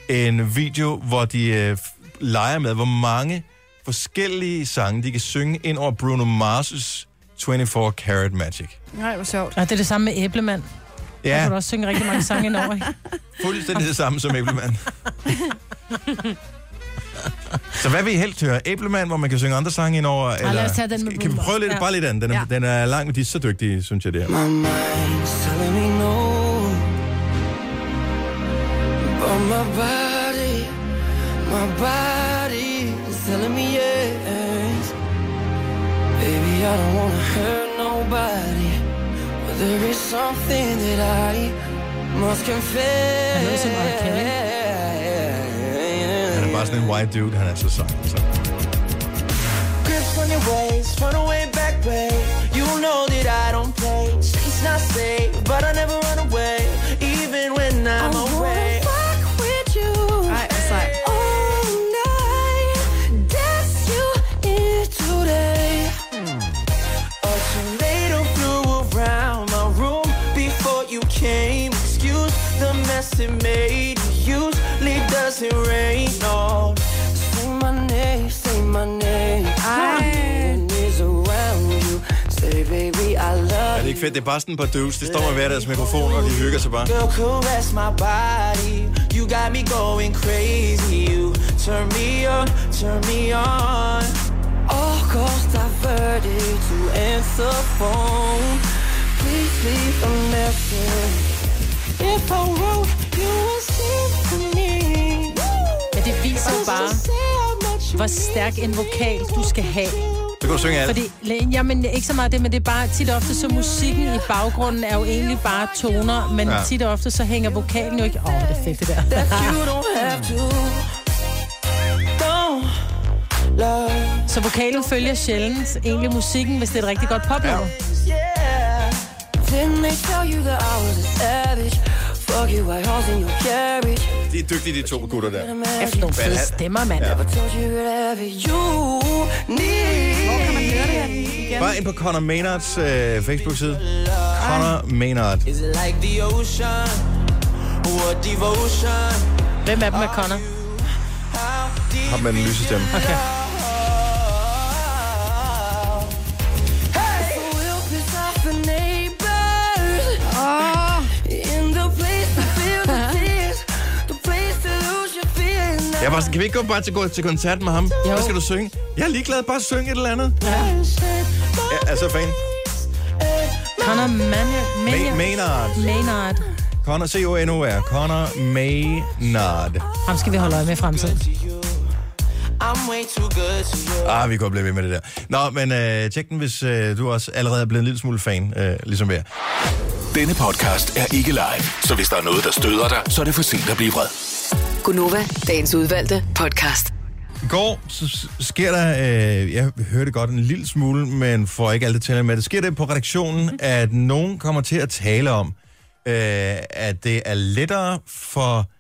Speaker 1: en video, hvor de øh, f- leger med, hvor mange forskellige sange, de kan synge ind over Bruno Mars' 24 Karat Magic.
Speaker 4: Nej, hvor sjovt.
Speaker 3: Og det er det samme med æblemand. Ja. Der
Speaker 1: Ja,
Speaker 3: kan du også synge rigtig mange sange ind over, ikke?
Speaker 1: fuldstændig det samme som Æblemand. Så hvad vil I helst høre? Æblemand, hvor man kan synge andre sange ind over? Eller...
Speaker 3: Ah, lad os tage den med
Speaker 1: kan vi
Speaker 3: Bruno
Speaker 1: prøve lidt,
Speaker 3: Mars.
Speaker 1: bare lidt andet? Den er, ja. den er langt, men de er så dygtige, synes jeg, det her.
Speaker 3: Han lyder som R. Kelly.
Speaker 1: Han er bare sådan en white dude, han er så sej. Altså.
Speaker 4: Ej, hvor sejt.
Speaker 10: "Oh,
Speaker 1: Er det ikke fedt? Det er bare sådan et par dudes. De står med hver deres mikrofon, og de hygger sig bare.
Speaker 3: Men det viser jo bare, hvor stærk en vokal du skal have.
Speaker 1: Så kan du synge alt.
Speaker 3: Fordi, jamen, ikke så meget det, men det er bare tit og ofte, så musikken i baggrunden er jo egentlig bare toner, men
Speaker 1: Ja.
Speaker 3: ja. tit og ofte, så hænger vokalen jo ikke... Åh, oh, det er fedt, det der. Så vokalen følger sjældent egentlig musikken, hvis det er et rigtig godt popnummer.
Speaker 1: Ja. De er dygtige, de to gutter der.
Speaker 3: Efter nogle fede
Speaker 1: han-
Speaker 3: stemmer, mand. Ja.
Speaker 1: Bare ind på Conor Maynards øh, Facebook-side. Conor Maynard.
Speaker 3: Hvem af dem er Connor?
Speaker 1: Har man en lyse stemme.
Speaker 3: Okay.
Speaker 1: Jeg var sådan, kan vi ikke gå bare til, gå til koncert med ham? Hvad skal du synge? Jeg er ligeglad, bare synge et eller andet. Ja. ja altså fan.
Speaker 3: Connor Maynard.
Speaker 1: May- Maynard.
Speaker 3: Maynard.
Speaker 1: Connor, C-O-N-O-R. Connor Maynard.
Speaker 3: Ham skal vi holde øje med i fremtiden.
Speaker 1: Ah, vi kan godt blive ved med det der. Nå, men øh, tjek den, hvis øh, du også allerede er blevet en lille smule fan, øh, ligesom jeg.
Speaker 7: Denne podcast er ikke live, så hvis der er noget, der støder dig, så er det for sent at blive vred.
Speaker 6: Gunova, dagens udvalgte podcast.
Speaker 1: I går så s- sker der, øh, jeg hørte godt en lille smule, men får ikke alt det til med. Det sker det på redaktionen, at nogen kommer til at tale om, øh, at det er lettere for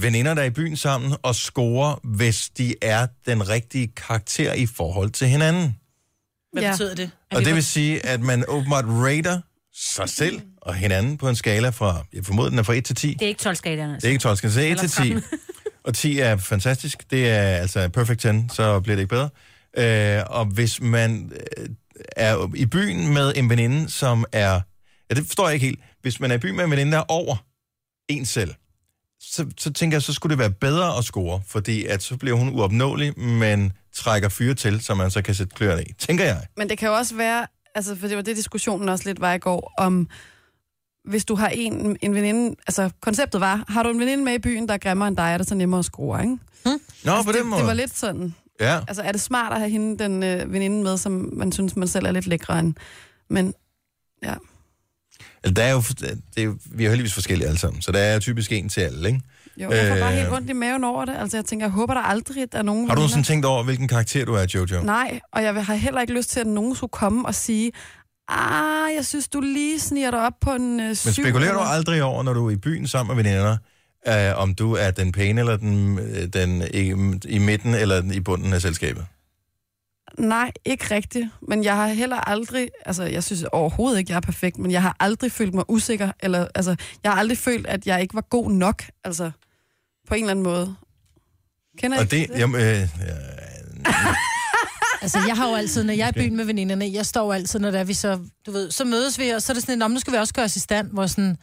Speaker 1: veninder, der er i byen sammen, at score, hvis de er den rigtige karakter i forhold til hinanden.
Speaker 3: Hvad
Speaker 5: Ja.
Speaker 3: betyder det?
Speaker 1: Og det vil sige, at man åbenbart rater sig selv og hinanden på en skala fra, jeg formoder, den er fra 1 til 10.
Speaker 2: Det er ikke altså. 12 skalerne.
Speaker 1: Det er ikke 12, skal se 1 til 10. Og 10 er fantastisk. Det er altså perfect 10, så bliver det ikke bedre. Øh, og hvis man øh, er i byen med en veninde, som er... Ja, det forstår jeg ikke helt. Hvis man er i byen med en veninde, der er over en selv, så, så tænker jeg, så skulle det være bedre at score, fordi at så bliver hun uopnåelig, men trækker fyre til, som man så kan sætte kløerne i. Tænker jeg.
Speaker 5: Men det kan jo også være, altså, for det var det, diskussionen også lidt var i går, om hvis du har en, en veninde, altså konceptet var, har du en veninde med i byen, der er grimmere end dig, er det så nemmere at skrue, ikke?
Speaker 1: Nå, altså, på den
Speaker 5: det,
Speaker 1: måde.
Speaker 5: det var lidt sådan.
Speaker 1: Ja.
Speaker 5: Altså, er det smart at have hende, den øh, veninde med, som man synes, man selv er lidt lækre end? Men ja,
Speaker 1: Altså, der er jo, det er, jo- vi er jo heldigvis forskellige alle sammen, så der er typisk en til alle, ikke?
Speaker 5: jo, jeg får bare
Speaker 1: Øh.
Speaker 5: helt ondt i maven over det. Altså, jeg tænker, jeg håber der aldrig, at der er nogen...
Speaker 1: Har du
Speaker 5: veninder-
Speaker 1: sådan tænkt over, hvilken karakter du er, Jojo?
Speaker 5: Nej, og jeg vil- har heller ikke lyst til, at nogen skulle komme og sige, ah, jeg synes, du lige sniger dig op på en øh, syv.
Speaker 1: Men spekulerer du
Speaker 5: eller-
Speaker 1: aldrig over, når du er i byen sammen med veninder, øh, om du er den pæne eller den, øh, den i, i midten eller den i bunden af selskabet?
Speaker 5: Nej, ikke rigtigt. Men jeg har heller aldrig, altså jeg synes overhovedet ikke, jeg er perfekt, men jeg har aldrig følt mig usikker, eller altså, jeg har aldrig følt, at jeg ikke var god nok, altså på en eller anden måde. Kender
Speaker 1: Og
Speaker 5: I
Speaker 1: det, jamen, øh, øh,
Speaker 3: Altså, jeg har jo altid, når jeg er i byen med veninderne, jeg står jo altid, når der vi så, du ved, så mødes vi, og så er det sådan, "Nå, men nu skal vi også gøre os i stand, hvor sådan,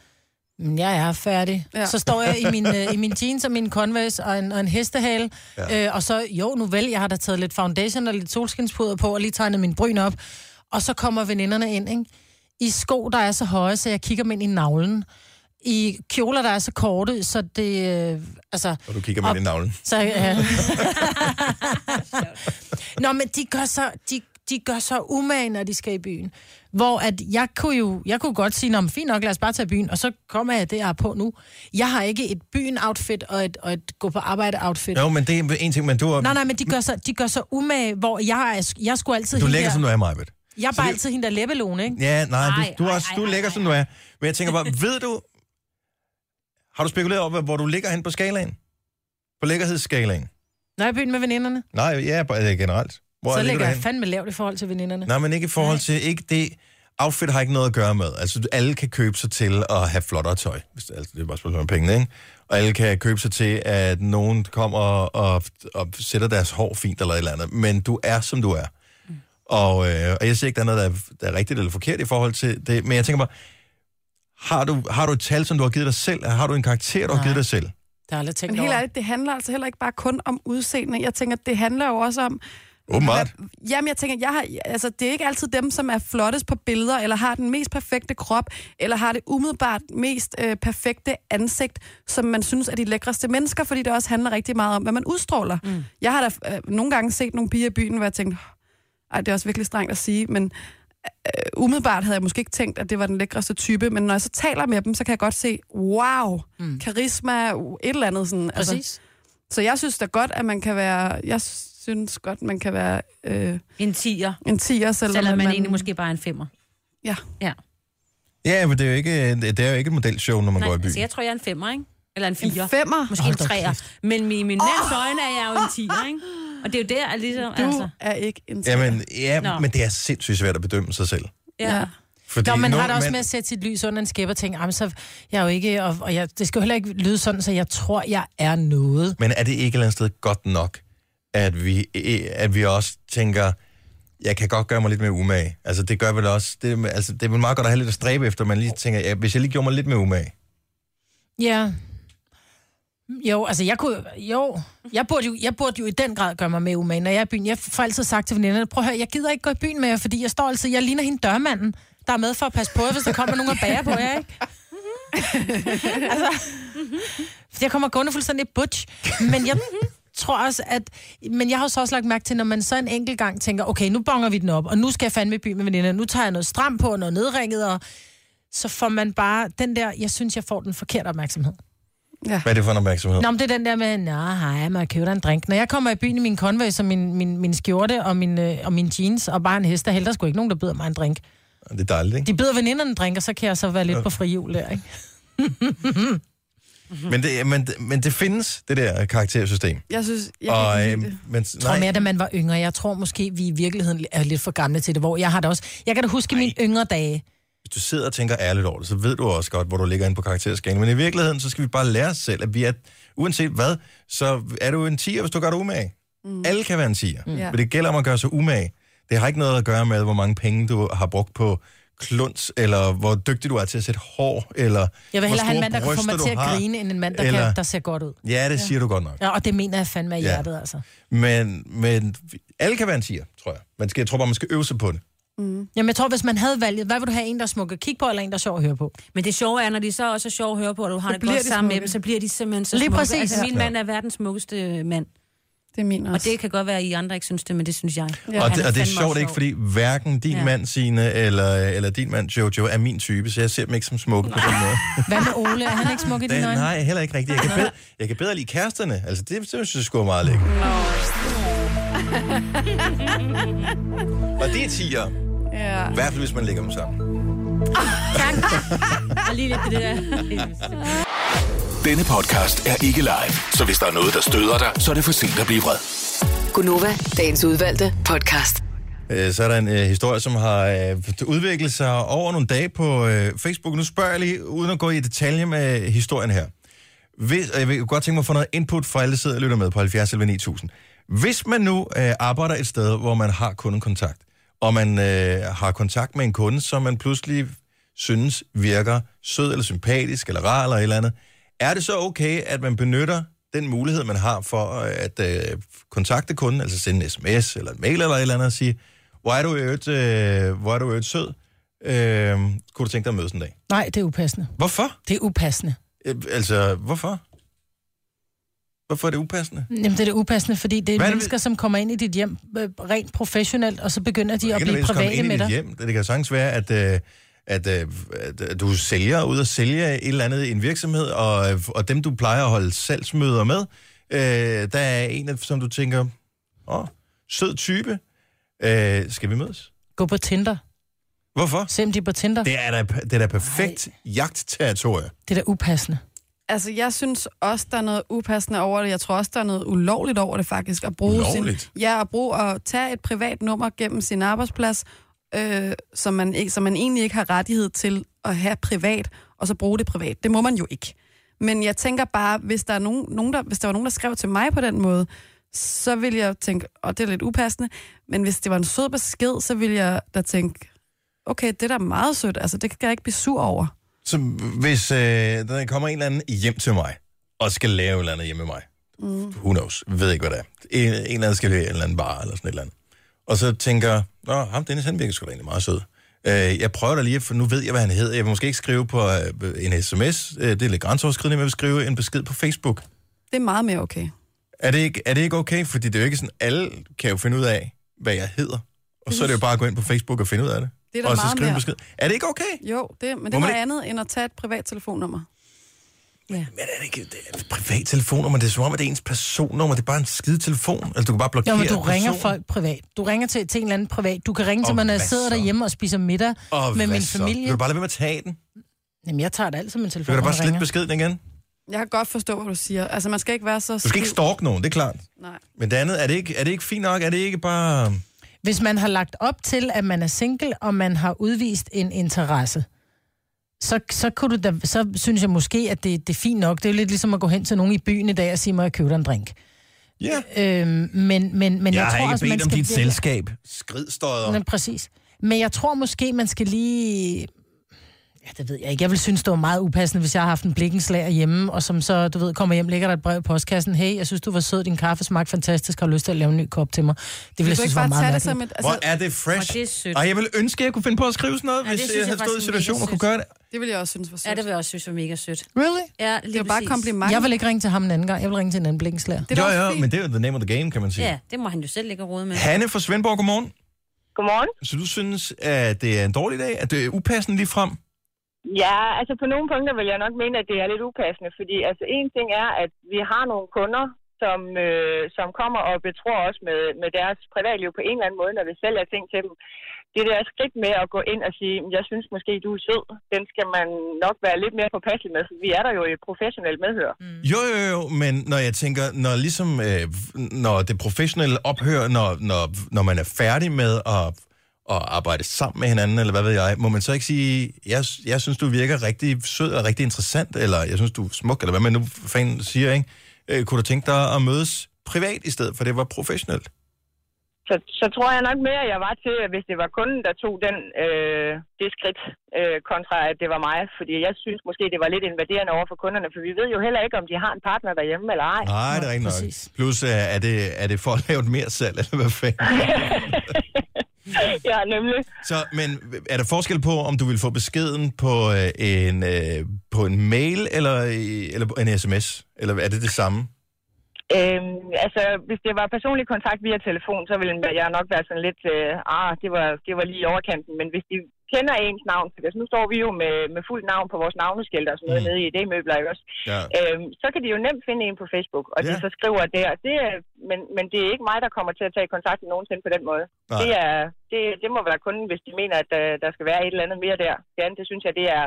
Speaker 3: "Mm, jeg er færdig. Ja.
Speaker 5: Ja.
Speaker 3: Så står jeg i min, øh, i min jeans og min Converse og en, og en hestehale, ja. øh, og så, jo, nu vel, jeg har da taget lidt foundation og lidt solskinspuder på, og lige tegnet min bryn op, og så kommer veninderne ind, ikke? I sko, der er så høje, så jeg kigger dem ind i navlen. I kjoler, der er så korte, så det, øh, altså...
Speaker 1: og du kigger med i navlen.
Speaker 3: Så, ja. Nå, men de gør så, de, de gør så umage, når de skal i byen. Hvor at jeg kunne jo jeg kunne godt sige, Nå, men fint nok, lad os bare tage i byen, og så kommer jeg det, jeg har på nu. Jeg har ikke et byen-outfit og et, og et gå på arbejde-outfit.
Speaker 1: Jo, men det er en ting, men du, er,
Speaker 3: Nej, nej, men de gør så, de gør så umage, hvor jeg, er, jeg skulle altid...
Speaker 1: du
Speaker 3: hende
Speaker 1: lægger,
Speaker 3: der,
Speaker 1: som du er, Majbet.
Speaker 3: Jeg er bare altid hende der læbelone, ikke?
Speaker 1: Ja, nej,
Speaker 2: Ej,
Speaker 1: du, du, er
Speaker 2: ej,
Speaker 1: også,
Speaker 2: ej,
Speaker 1: du
Speaker 2: ej,
Speaker 1: lægger,
Speaker 2: ej.
Speaker 1: som du er. Men jeg tænker bare, ved du, har du spekuleret over, hvor du ligger hen på skalaen? På lækkerhedsskalaen?
Speaker 3: Når jeg er i byen med veninderne,
Speaker 1: Nej, ja, bare øh, generelt. Hvor
Speaker 3: så
Speaker 1: ligger du
Speaker 3: lægger jeg
Speaker 1: hen?
Speaker 3: fandme lavt i forhold til veninderne.
Speaker 1: Nej, men ikke i forhold til, ikke det, outfit har ikke noget at gøre med. Altså, alle kan købe sig til at have flottere tøj. Hvis det, altså, det er bare et spørgsmål om pengene, ikke? Og alle kan købe sig til, at nogen kommer og, og, og sætter deres hår fint eller et eller andet. Men du er, som du er.
Speaker 2: Mm.
Speaker 1: Og, øh, og jeg siger ikke, der er noget, der er, der er rigtigt eller forkert i forhold til det. Men jeg tænker bare, har du, har du et tal, som du har givet dig selv? Har du en karakter, du har
Speaker 3: Nej.
Speaker 1: givet dig selv?
Speaker 3: Det har jeg aldrig tænkt
Speaker 5: Men helt
Speaker 3: over.
Speaker 5: ærligt, det handler altså heller ikke bare kun om udseende. Jeg tænker, det handler jo også om,
Speaker 1: Åbenbart.
Speaker 5: Jamen, jeg tænker, jeg har, altså, det er ikke altid dem, som er flottest på billeder, eller har den mest perfekte krop, eller har det umiddelbart mest øh, perfekte ansigt, som man synes er de lækreste mennesker, fordi det også handler rigtig meget om, hvad man udstråler. Mm. Jeg har da øh, nogle gange set nogle piger i byen, hvor jeg tænkte, ej, det er også virkelig strengt at sige, men øh, umiddelbart havde jeg måske ikke tænkt, at det var den lækreste type, men når jeg så taler med dem, så kan jeg godt se, wow, mm. karisma, uh, et eller andet sådan. Altså,
Speaker 2: Præcis.
Speaker 5: så jeg synes da godt, at man kan være... Jeg synes godt, man kan være øh,
Speaker 2: En tiger,
Speaker 5: en 10'er, selvom,
Speaker 2: selvom
Speaker 5: at
Speaker 2: man egentlig måske bare er en femmer.
Speaker 5: Ja.
Speaker 2: Ja.
Speaker 1: Ja, men det er jo ikke, det er jo ikke et modelshow, når man
Speaker 2: Nej,
Speaker 1: går i byen.
Speaker 2: altså, jeg tror, jeg er en femmer, ikke? Eller en fire.
Speaker 5: En femmer?
Speaker 2: Måske en træer. Men i min mands øjne er jeg jo en tiger, ikke? Og det er jo der, at ligesom,
Speaker 5: Du
Speaker 2: altså...
Speaker 5: er ikke en 10'er.
Speaker 1: Jamen, ja,
Speaker 2: Nå.
Speaker 1: men det er sindssygt svært at bedømme sig selv.
Speaker 2: Ja.
Speaker 5: Ja.
Speaker 1: Fordi
Speaker 3: Nå, man
Speaker 1: nogle
Speaker 3: har det også
Speaker 1: mænd-
Speaker 3: med at sætte sit lys under en skæb og tænke, "Ej, men så jeg er jo ikke, og, og jeg, det skal jo heller ikke lyde sådan, så jeg tror, jeg er noget.
Speaker 1: Men er det ikke et eller andet sted godt nok, at vi, eh, at vi også tænker, jeg kan godt gøre mig lidt mere umage. Altså, det gør vel også, det, er med- altså, det er vel meget godt at have lidt at stræbe efter, man lige tænker, ja, hvis jeg lige gjorde mig lidt mere umage.
Speaker 3: Ja. Jo, altså jeg kunne, jo, jeg burde jo, jeg burde jo i den grad gøre mig med umage, når jeg er i byen. Jeg får altid sagt til veninderne, prøv at høre, jeg gider ikke gå i byen med jer, fordi jeg står altid, jeg ligner hende dørmanden, der er med for at passe på jer, hvis der kommer nogen og bager på jer, ikke? altså, fordi jeg kommer gående fuldstændig butch, men jeg tror også, at... Men jeg har jo så også lagt mærke til, når man så en enkelt gang tænker, okay, nu bonger vi den op, og nu skal jeg fandme i byen med veninderne, nu tager jeg noget stram på, og noget nedringet, og så får man bare den der, jeg synes, jeg får den forkerte opmærksomhed.
Speaker 1: Hvad er det for en opmærksomhed?
Speaker 3: Nå, men det er den der med, nej, hej, må jeg købe dig en drink. Når jeg kommer i byen i min Converse og min, min, min skjorte og min, øh, og min jeans og bare en hest, der hælder sgu ikke nogen, der byder mig en drink.
Speaker 1: Det er dejligt, ikke?
Speaker 3: De byder veninderne en drink, og så kan jeg så være lidt på frihjul der, ikke?
Speaker 1: Men det, men, det- men det findes, det der karaktersystem.
Speaker 5: Jeg synes, jeg kan
Speaker 1: Og,
Speaker 5: ikke
Speaker 1: øh,
Speaker 5: lide det.
Speaker 1: men,
Speaker 3: Jeg tror
Speaker 1: nej,
Speaker 3: mere, da man var yngre. Jeg tror måske, vi i virkeligheden er lidt for gamle til det, hvor jeg har det også. Jeg kan da huske i mine yngre dage.
Speaker 1: hvis du sidder og tænker ærligt over det, så ved du også godt, hvor du ligger inde på karakterskalaen. Men i virkeligheden, så skal vi bare lære os selv, at vi er, uanset hvad, så er du en 10'er, hvis du gør dig umage. Mm. Alle kan være en 10'er, mm. men det gælder om at gøre sig umage. Det har ikke noget at gøre med, hvor mange penge du har brugt på klunts, eller hvor dygtig du er til at sætte hår, eller
Speaker 3: Jeg vil
Speaker 1: hvor
Speaker 3: hellere have en
Speaker 1: store
Speaker 3: mand, der kan få
Speaker 1: bryster
Speaker 3: mig
Speaker 1: du
Speaker 3: til at
Speaker 1: har.
Speaker 3: grine, end en mand, der,
Speaker 1: eller-
Speaker 3: kan, der ser godt ud.
Speaker 1: Ja, det siger du godt nok.
Speaker 3: Ja, og det mener jeg fandme af
Speaker 1: Ja.
Speaker 3: hjertet, altså.
Speaker 1: Men, men alle kan være en 10'er, tror jeg. Man skal, jeg tror bare, man skal øve sig på det.
Speaker 3: Jamen, jeg tror, hvis man havde valget, hvad vil du have? En, der er smuk at kigge på, eller en, der er sjov at høre på?
Speaker 2: Men det sjove er, når de så også er sjove at høre på, og du har det
Speaker 5: bliver
Speaker 2: godt
Speaker 5: de
Speaker 2: sammen med
Speaker 5: smukke.
Speaker 2: dem, så bliver de simpelthen så
Speaker 3: Lige
Speaker 2: smukke.
Speaker 3: præcis.
Speaker 2: Altså, min
Speaker 1: Ja.
Speaker 2: mand er verdens smukkeste mand.
Speaker 5: Det er min
Speaker 2: Og
Speaker 5: også.
Speaker 2: det kan godt være, at I andre ikke synes det, men det synes jeg.
Speaker 1: Ja, og,
Speaker 2: Han
Speaker 1: det, og det er
Speaker 2: fandme
Speaker 1: sjovt
Speaker 2: også
Speaker 1: ikke,
Speaker 2: sjov.
Speaker 1: fordi hverken din ja.
Speaker 2: Ja.
Speaker 1: mand Signe eller, eller din mand Jojo er min type, så jeg ser dem ikke som smukke på den måde.
Speaker 3: Hvad med Ole? Er han ikke smuk i
Speaker 1: Det,
Speaker 3: dine øjne?
Speaker 1: nej, heller ikke rigtigt. Jeg kan, bedre, jeg kan bedre lide kæresterne. Altså, det, det synes jeg sgu er meget lækkert. og det er tiger.
Speaker 5: Ja.
Speaker 1: I hvert fald, hvis man lægger dem sammen.
Speaker 2: Og lige lidt det der.
Speaker 7: Denne podcast er ikke live, så hvis der er noget, der støder dig, så er det for sent at blive vred.
Speaker 6: Gunova, dagens udvalgte podcast.
Speaker 1: Øh, Så er der en øh, historie, som har øh, udviklet sig over nogle dage på øh, Facebook. Nu spørger jeg lige, uden at gå i detalje med historien her. Hvis, og jeg vil godt tænke mig at få noget input fra alle, der sidder og lytter med på 70 eller 9000. Hvis man nu øh, arbejder et sted, hvor man har kundekontakt, og man øh, har kontakt med en kunde, som man pludselig synes virker sød eller sympatisk eller rar eller et eller andet, er det så okay, at man benytter den mulighed, man har for øh, at øh, kontakte kunden, altså sende en sms eller en mail eller et eller andet og sige, hvor er du i øvrigt, øh, hvor er du i øvrigt sød, øh, kunne du tænke dig at mødes en dag?
Speaker 3: Nej, det er upassende.
Speaker 1: Hvorfor?
Speaker 3: Det er upassende.
Speaker 1: Øh, Altså, hvorfor? Hvorfor er det upassende?
Speaker 3: Jamen, det er det upassende, fordi det er
Speaker 1: Hvad er det,
Speaker 3: mennesker, som kommer ind i dit hjem øh, rent professionelt, og så begynder de
Speaker 1: Jeg
Speaker 3: at
Speaker 1: kan
Speaker 3: blive
Speaker 1: nødvendigvis komme
Speaker 3: private
Speaker 1: ind i
Speaker 3: med
Speaker 1: dit
Speaker 3: dig.
Speaker 1: hjem. Det kan jo sagtens være, at, øh, at, øh, at, at du sælger ud og sælger et eller andet i en virksomhed, og, øh, og dem, du plejer at holde salgsmøder med, øh, der er en, af- som du tænker, åh, sød type, øh, skal vi mødes?
Speaker 3: Gå på Tinder.
Speaker 1: Hvorfor?
Speaker 3: Se om de er på Tinder. Det,
Speaker 1: Det er da, det er da perfekt jagtterritorie.
Speaker 3: det er da upassende.
Speaker 5: Altså, jeg synes også, der er noget upassende over det. Jeg tror også, der er noget ulovligt over det faktisk. At bruge
Speaker 1: Ulovligt?
Speaker 5: Sin, ja, at bruge at tage et privat nummer gennem sin arbejdsplads, øh, som, man ikke, som man egentlig ikke har rettighed til at have privat, og så bruge det privat. Det må man jo ikke. Men jeg tænker bare, hvis der, er nogen, nogen der, hvis der var nogen, der skrev til mig på den måde, så ville jeg tænke, og det er lidt upassende, men hvis det var en sød besked, så ville jeg da tænke, okay, det er da meget sødt, altså det kan jeg ikke blive sur over.
Speaker 1: Så hvis øh, der kommer en eller anden hjem til mig, og skal lave et eller andet hjemme med mig, mm. who knows, ved ikke hvad det er. En, en eller anden skal lave en eller anden bar, eller sådan et eller andet. og så tænker, nå, ham Dennis, han virker sgu da egentlig meget sød. Øh, jeg prøver da lige, for nu ved jeg, hvad han hedder. Jeg vil måske ikke skrive på øh, en sms, øh, det er lidt grænseoverskridende, men jeg vil skrive en besked på Facebook.
Speaker 5: Det er meget mere okay.
Speaker 1: Er det, ikke, er det ikke okay? Fordi det er jo ikke sådan, alle kan jo finde ud af, hvad jeg hedder. Og så er det jo bare at gå ind på Facebook og finde ud af det.
Speaker 5: Det er da
Speaker 1: og så
Speaker 5: meget
Speaker 1: skrive en
Speaker 5: mere.
Speaker 1: besked. Er det ikke okay?
Speaker 5: Jo, det, men
Speaker 1: Må
Speaker 5: det
Speaker 1: man
Speaker 5: var
Speaker 1: ikke-
Speaker 5: andet end at tage et privat telefonnummer.
Speaker 1: Men er det ikke det er et privat telefonnummer? Det er som om, at det er ens personnummer. Det er bare en skide telefon. Altså, du kan bare blokere
Speaker 3: Jo, men du ringer
Speaker 1: personen.
Speaker 3: folk privat. Du ringer til, til en eller anden privat. Du kan ringe til
Speaker 1: Og
Speaker 3: mig, når jeg
Speaker 1: hvad
Speaker 3: sidder
Speaker 1: så?
Speaker 3: derhjemme og spiser middag
Speaker 1: og
Speaker 3: med
Speaker 1: hvad
Speaker 3: min
Speaker 1: så?
Speaker 3: familie.
Speaker 1: Vil du bare lade være med at tage den?
Speaker 3: Jamen, jeg tager det altid min
Speaker 1: Du
Speaker 3: telefon
Speaker 1: kan da
Speaker 3: og
Speaker 1: bare slette
Speaker 3: ringer.
Speaker 1: beskeden igen.
Speaker 5: Jeg kan godt forstå, hvad du siger. Altså, man skal ikke være så...
Speaker 1: Du skal ikke stalke nogen, det er klart.
Speaker 5: Nej.
Speaker 1: Men det andet, er det ikke, er det ikke fint nok? Er det ikke bare...
Speaker 3: Hvis man har lagt op til, at man er single, og man har udvist en interesse, så, så, kunne du da, så synes jeg måske, at det, det er fint nok. Det er jo lidt ligesom at gå hen til nogen i byen i dag og sige, må jeg købe dig en drink?
Speaker 1: Ja.
Speaker 3: Øhm, men, men, men jeg, tror også, man skal virkelig-
Speaker 1: selskab. Skridstøder.
Speaker 3: Men præcis. Men jeg tror måske, man skal lige... Ja, det ved jeg ikke. Jeg vil synes, det var meget upassende, hvis jeg har haft en blikkenslager hjemme, og som så, du ved, kommer hjem, lægger der et brev i postkassen. Hey, jeg synes, du var sød, din kaffe smagte fantastisk, har du lyst til at lave en ny kop til mig? Det ville
Speaker 5: Vil
Speaker 3: jeg
Speaker 5: du
Speaker 3: synes
Speaker 5: ikke
Speaker 3: var
Speaker 5: bare
Speaker 3: meget
Speaker 5: tage det
Speaker 3: mærkeligt.
Speaker 5: som et...
Speaker 1: Hvor
Speaker 5: Altså,
Speaker 1: er det fresh?
Speaker 2: Åh, det er sødt.
Speaker 1: Ej, jeg ville ønske, at jeg kunne finde på at skrive sådan noget,
Speaker 2: Ja,
Speaker 1: hvis
Speaker 2: det synes
Speaker 1: jeg
Speaker 2: jeg
Speaker 1: havde stået i
Speaker 2: faktisk er
Speaker 1: situationen
Speaker 2: mega
Speaker 1: og kunne
Speaker 2: sødt.
Speaker 1: gøre det.
Speaker 5: det ville jeg også synes var sødt.
Speaker 2: Ja, det vil jeg også synes var mega sødt.
Speaker 3: Really?
Speaker 2: Ja,
Speaker 5: det er jo bare et kompliment.
Speaker 3: Jeg vil ikke ringe til ham en anden gang. Jeg vil ringe til en anden blikkenslager.
Speaker 5: Det er da også
Speaker 1: jo, jo,
Speaker 5: fint.
Speaker 1: men det er jo the name of the game, kan man sige.
Speaker 2: Ja, det må han jo selv ikke råde med.
Speaker 1: Hanne fra Svendborg, godmorgen.
Speaker 11: Godmorgen.
Speaker 1: Så du synes, at det er en dårlig dag? At det er upassende lige frem?
Speaker 11: Ja, altså på nogle punkter vil jeg nok mene, at det er lidt upassende, fordi altså en ting er, at vi har nogle kunder, som, øh, som kommer og betror os med, med deres privatliv på en eller anden måde, når vi sælger ting til dem. Det der skridt med at gå ind og sige, jeg synes måske, du er sød, den skal man nok være lidt mere påpasselig med, for vi er der jo i professionelt medhør. Mm.
Speaker 1: Jo, jo, jo, men når jeg tænker, når ligesom, øh, når det professionelle ophører, når, når, når man er færdig med at, at arbejde sammen med hinanden, eller hvad ved jeg, må man så ikke sige, jeg, jeg synes, du virker rigtig sød og rigtig interessant, eller jeg synes, du er smuk, eller hvad man nu fanden siger, ikke? Øh, kunne du tænke dig at mødes privat i stedet, for det var professionelt?
Speaker 11: Så, så tror jeg nok mere, at jeg var til, hvis det var kunden, der tog den, øh, det skridt, øh, kontra at det var mig. Fordi jeg synes måske, det var lidt invaderende over for kunderne, for vi ved jo heller ikke, om de har en partner derhjemme eller ej.
Speaker 1: Nej, det er ikke nok.
Speaker 3: præcis.
Speaker 1: Plus, øh, er det, er det for at lave et mere salg, eller hvad fanden?
Speaker 11: ja, nemlig.
Speaker 1: Så, men er der forskel på, om du vil få beskeden på øh, en, øh, på en mail eller, i- eller på en sms? Eller er det det samme?
Speaker 11: Øhm, altså, hvis det var personlig kontakt via telefon, så ville jeg nok være sådan lidt, øh, ah, det var, det var lige i overkanten. Men hvis de kender ens navn, for altså, nu står vi jo med, med fuldt navn på vores navneskilte og sådan noget
Speaker 1: Mm.
Speaker 11: mm. nede i det-møbler, ikke også?
Speaker 1: Ja.
Speaker 11: Øhm, så kan de jo nemt finde en på Facebook, og de
Speaker 1: Ja.
Speaker 11: så skriver der. Det er, men, men det er ikke mig, der kommer til at tage kontakten nogensinde på den måde.
Speaker 1: Nej.
Speaker 11: Det, er, det, det må være kun, hvis de mener, at der, der skal være et eller andet mere der. Det andet, det synes jeg, det er,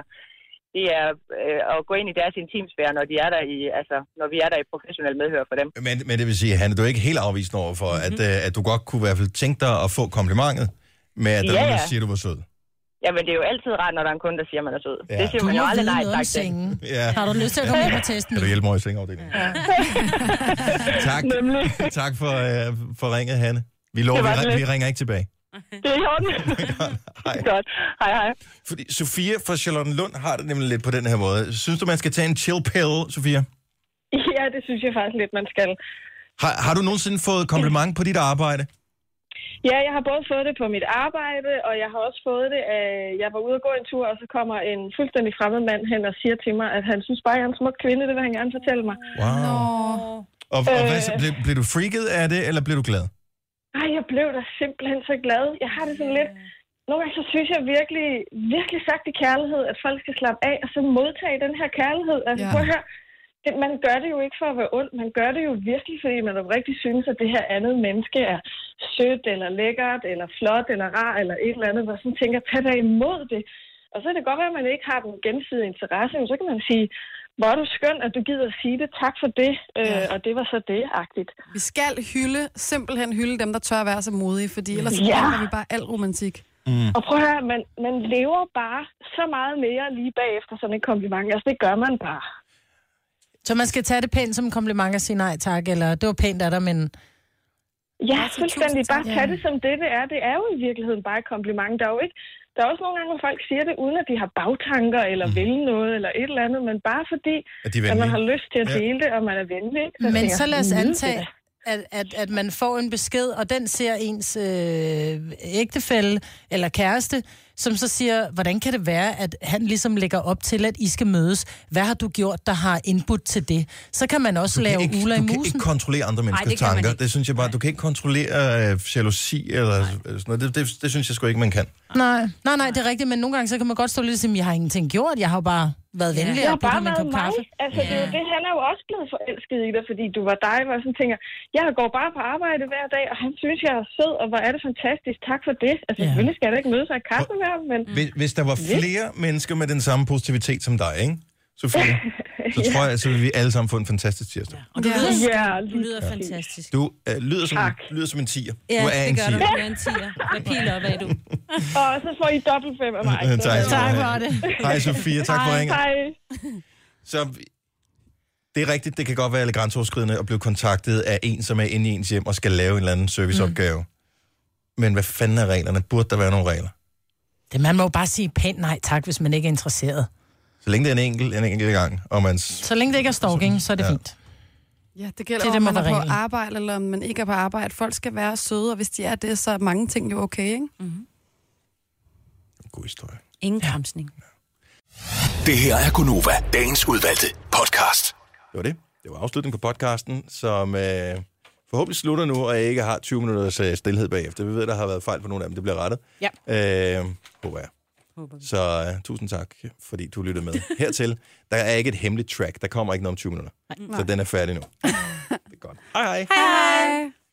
Speaker 11: det er øh, at gå ind i deres intimsfære, når, de er der i, altså, når vi er der i professionel medhør for dem.
Speaker 1: Men, men det vil sige, Hanne, du er ikke helt afvisende over for,
Speaker 11: Mhm.
Speaker 1: mm-hmm. at, øh, at du godt kunne i hvert fald tænke dig at få komplimentet med, at der
Speaker 11: Ja,
Speaker 1: ja, ja.
Speaker 11: ja.
Speaker 1: siger, du var sød.
Speaker 11: Jamen, det er jo altid rart, når der er en kunde, der siger, man er sød.
Speaker 1: Ja.
Speaker 11: Ja. Det siger
Speaker 3: Du
Speaker 11: man jo
Speaker 3: må
Speaker 11: aldrig
Speaker 3: vide
Speaker 11: nej
Speaker 3: noget om
Speaker 11: tak til.
Speaker 3: sengen.
Speaker 1: Ja.
Speaker 3: Har du lyst til at komme hjem og teste
Speaker 1: Kan du
Speaker 3: den?
Speaker 1: hjælpe mig i sengeafdelingen? Ja. tak,
Speaker 11: Nemlig.
Speaker 1: tak for, øh, for ringet, Hanne. Vi lover,
Speaker 11: Det
Speaker 1: vi,
Speaker 11: var
Speaker 1: ring-
Speaker 11: lidt.
Speaker 1: vi ringer ikke tilbage.
Speaker 11: Det er i orden.
Speaker 1: Hej.
Speaker 11: Godt. Hej, hej.
Speaker 1: Fordi Sofia fra Charlottenlund har det nemlig lidt på den her måde. Synes du, man skal tage en chill pill, Sofia?
Speaker 10: Ja, det synes jeg faktisk lidt, man skal.
Speaker 1: Har, har du nogensinde fået kompliment på dit arbejde?
Speaker 10: Ja, jeg har både fået det på mit arbejde, og jeg har også fået det af... Jeg var ude og gå en tur, og så kommer en fuldstændig fremmed mand hen og siger til mig, at han synes bare, at jeg er en smuk kvinde, det vil han gerne fortælle mig.
Speaker 1: Wow.
Speaker 5: Åh,
Speaker 1: Og, og hvad, så, blev, blev du freaket af det, eller blev du glad?
Speaker 10: Ej, jeg blev da simpelthen så glad. Jeg har det sådan lidt... Nogle gange så synes jeg virkelig, virkelig sagt i kærlighed, at folk skal slappe af og så modtage den her kærlighed. Altså,
Speaker 5: Ja.
Speaker 10: ja. prøv at høre. Det, man gør det jo ikke for at være ond. Man gør det jo virkelig, fordi man oprigtigt synes, at det her andet menneske er sødt, eller lækkert, eller flot, eller rar, eller et eller andet. Hvor jeg sådan tænker, tag dig imod det. Og så kan det godt være, at man ikke har den gensidige interesse, men så kan man sige, hvor er du skøn, at du gider at sige det. Tak for det. Øh, og det var så det-agtigt.
Speaker 5: Vi skal hylde, simpelthen hylde dem, der tør at være så modige, fordi ellers
Speaker 10: Ja.
Speaker 5: ja. vi bare al romantik.
Speaker 10: Og prøv at høre, man, man lever bare så meget mere lige bagefter sådan et kompliment. Altså, det gør man bare.
Speaker 3: Så man skal tage det pænt som en kompliment og sige nej tak, eller det var pænt af dig, men...
Speaker 10: Ja,
Speaker 5: Altså,
Speaker 10: fuldstændig.
Speaker 5: tusind tak.
Speaker 10: Bare tage det som det, det er. Det er jo i virkeligheden bare et kompliment. Der er jo ikke... Der er også nogle gange, hvor folk siger det, uden at de har bagtanker, eller vil noget, eller et eller andet, men bare fordi,
Speaker 1: At de Mm. er
Speaker 10: at man
Speaker 1: venlige?
Speaker 10: har lyst til at
Speaker 1: Ja.
Speaker 10: dele det, og man er venlig.
Speaker 3: Men
Speaker 10: tænker
Speaker 3: så lad os
Speaker 10: jeg, "Nyd det
Speaker 3: antage,
Speaker 10: da."
Speaker 3: at, at, at man får en besked, og den ser ens øh, ægtefælle eller kæreste, som så siger, hvordan kan det være, at han ligesom lægger op til, at I skal mødes? Hvad har du gjort, der har indbudt til det? Så kan man også
Speaker 1: Du kan
Speaker 3: lave
Speaker 1: ikke,
Speaker 3: uler i
Speaker 1: du kan
Speaker 3: musen.
Speaker 1: ikke kontrollere andre
Speaker 3: Nej,
Speaker 1: menneskers
Speaker 3: det kan man
Speaker 1: tanker.
Speaker 3: ikke.
Speaker 1: Det synes jeg bare, du kan ikke kontrollere øh, jalousi eller øh, sådan noget. Det, det, det synes jeg sgu ikke, man kan.
Speaker 3: Nej, nej, nej, det er rigtigt, men nogle gange så kan man godt stå lidt og sige, jeg har ingenting gjort, jeg har jo bare været venlig
Speaker 10: Jeg
Speaker 3: og
Speaker 10: har
Speaker 3: budt
Speaker 10: bare
Speaker 3: ham en
Speaker 10: været
Speaker 3: kop
Speaker 10: mig.
Speaker 3: kaffe.
Speaker 10: Altså, det er jo det, han er jo også blevet forelsket i dig, fordi du var dig, hvor jeg sådan tænker, jeg går bare på arbejde hver dag, og han synes, jeg er sød, og hvor er det fantastisk. Tak for det. Altså,
Speaker 1: Ja.
Speaker 10: selvfølgelig skal jeg da ikke møde sig i kaffe med ham, men...
Speaker 1: Hvis, hvis der var
Speaker 10: Lidt.
Speaker 1: flere mennesker med den samme positivitet som dig, ikke? Sofie, så tror jeg, så vil vi alle sammen få en fantastisk tirsdag.
Speaker 2: Og du
Speaker 10: Ja.
Speaker 2: lyder,
Speaker 10: Ja,
Speaker 2: du lyder fantastisk.
Speaker 1: Du øh, lyder, som, lyder som en tiger.
Speaker 2: Ja,
Speaker 1: du er en
Speaker 2: det gør du.
Speaker 1: tiger.
Speaker 2: Du er en tiger. Hvad pil op af, du?
Speaker 10: Og så får I dobbelt fem af mig.
Speaker 1: Øh, tak.
Speaker 10: Så-
Speaker 1: Tak for det. Hej, Sofie. Tak for
Speaker 10: Hej.
Speaker 1: ringet.
Speaker 10: Hej.
Speaker 1: Så det er rigtigt, det kan godt være lidt grænseoverskridende at blive kontaktet af en, som er inde i ens hjem og skal lave en eller anden serviceopgave. Mm. Men hvad fanden er reglerne? Burde der være nogle regler?
Speaker 3: Det, man må jo bare sige pænt nej tak, hvis man ikke er interesseret.
Speaker 1: Så længe det er en enkelt, en enkelt gang, og man... s-
Speaker 3: Så længe det ikke er stalking, så er det
Speaker 1: Ja.
Speaker 3: ja. fint.
Speaker 5: Ja, det gælder,
Speaker 3: Det er
Speaker 5: det,
Speaker 3: det,
Speaker 5: om man
Speaker 3: man
Speaker 5: er
Speaker 3: var
Speaker 5: på
Speaker 3: reglen.
Speaker 5: arbejde, eller om man ikke er på arbejde. Folk skal være søde, og hvis de er det, så er mange ting jo okay, ikke? Mm-hmm.
Speaker 1: God historie.
Speaker 2: Ingen kramsning.
Speaker 7: Det her er Gunova, dagens udvalgte podcast.
Speaker 1: Det var det. Det var afslutningen på podcasten, som øh, forhåbentlig slutter nu, og ikke har 20 minutters øh, stillhed bagefter. Vi ved, der har været fejl på nogle af dem. Det bliver rettet.
Speaker 2: Ja.
Speaker 1: Øh, håber jeg. Så øh, tusind tak, fordi du lyttede med. Hertil, der er ikke et hemmeligt track. Der kommer ikke noget om 20 minutter.
Speaker 2: Nej.
Speaker 1: Så den er færdig nu.
Speaker 2: Hej, hej.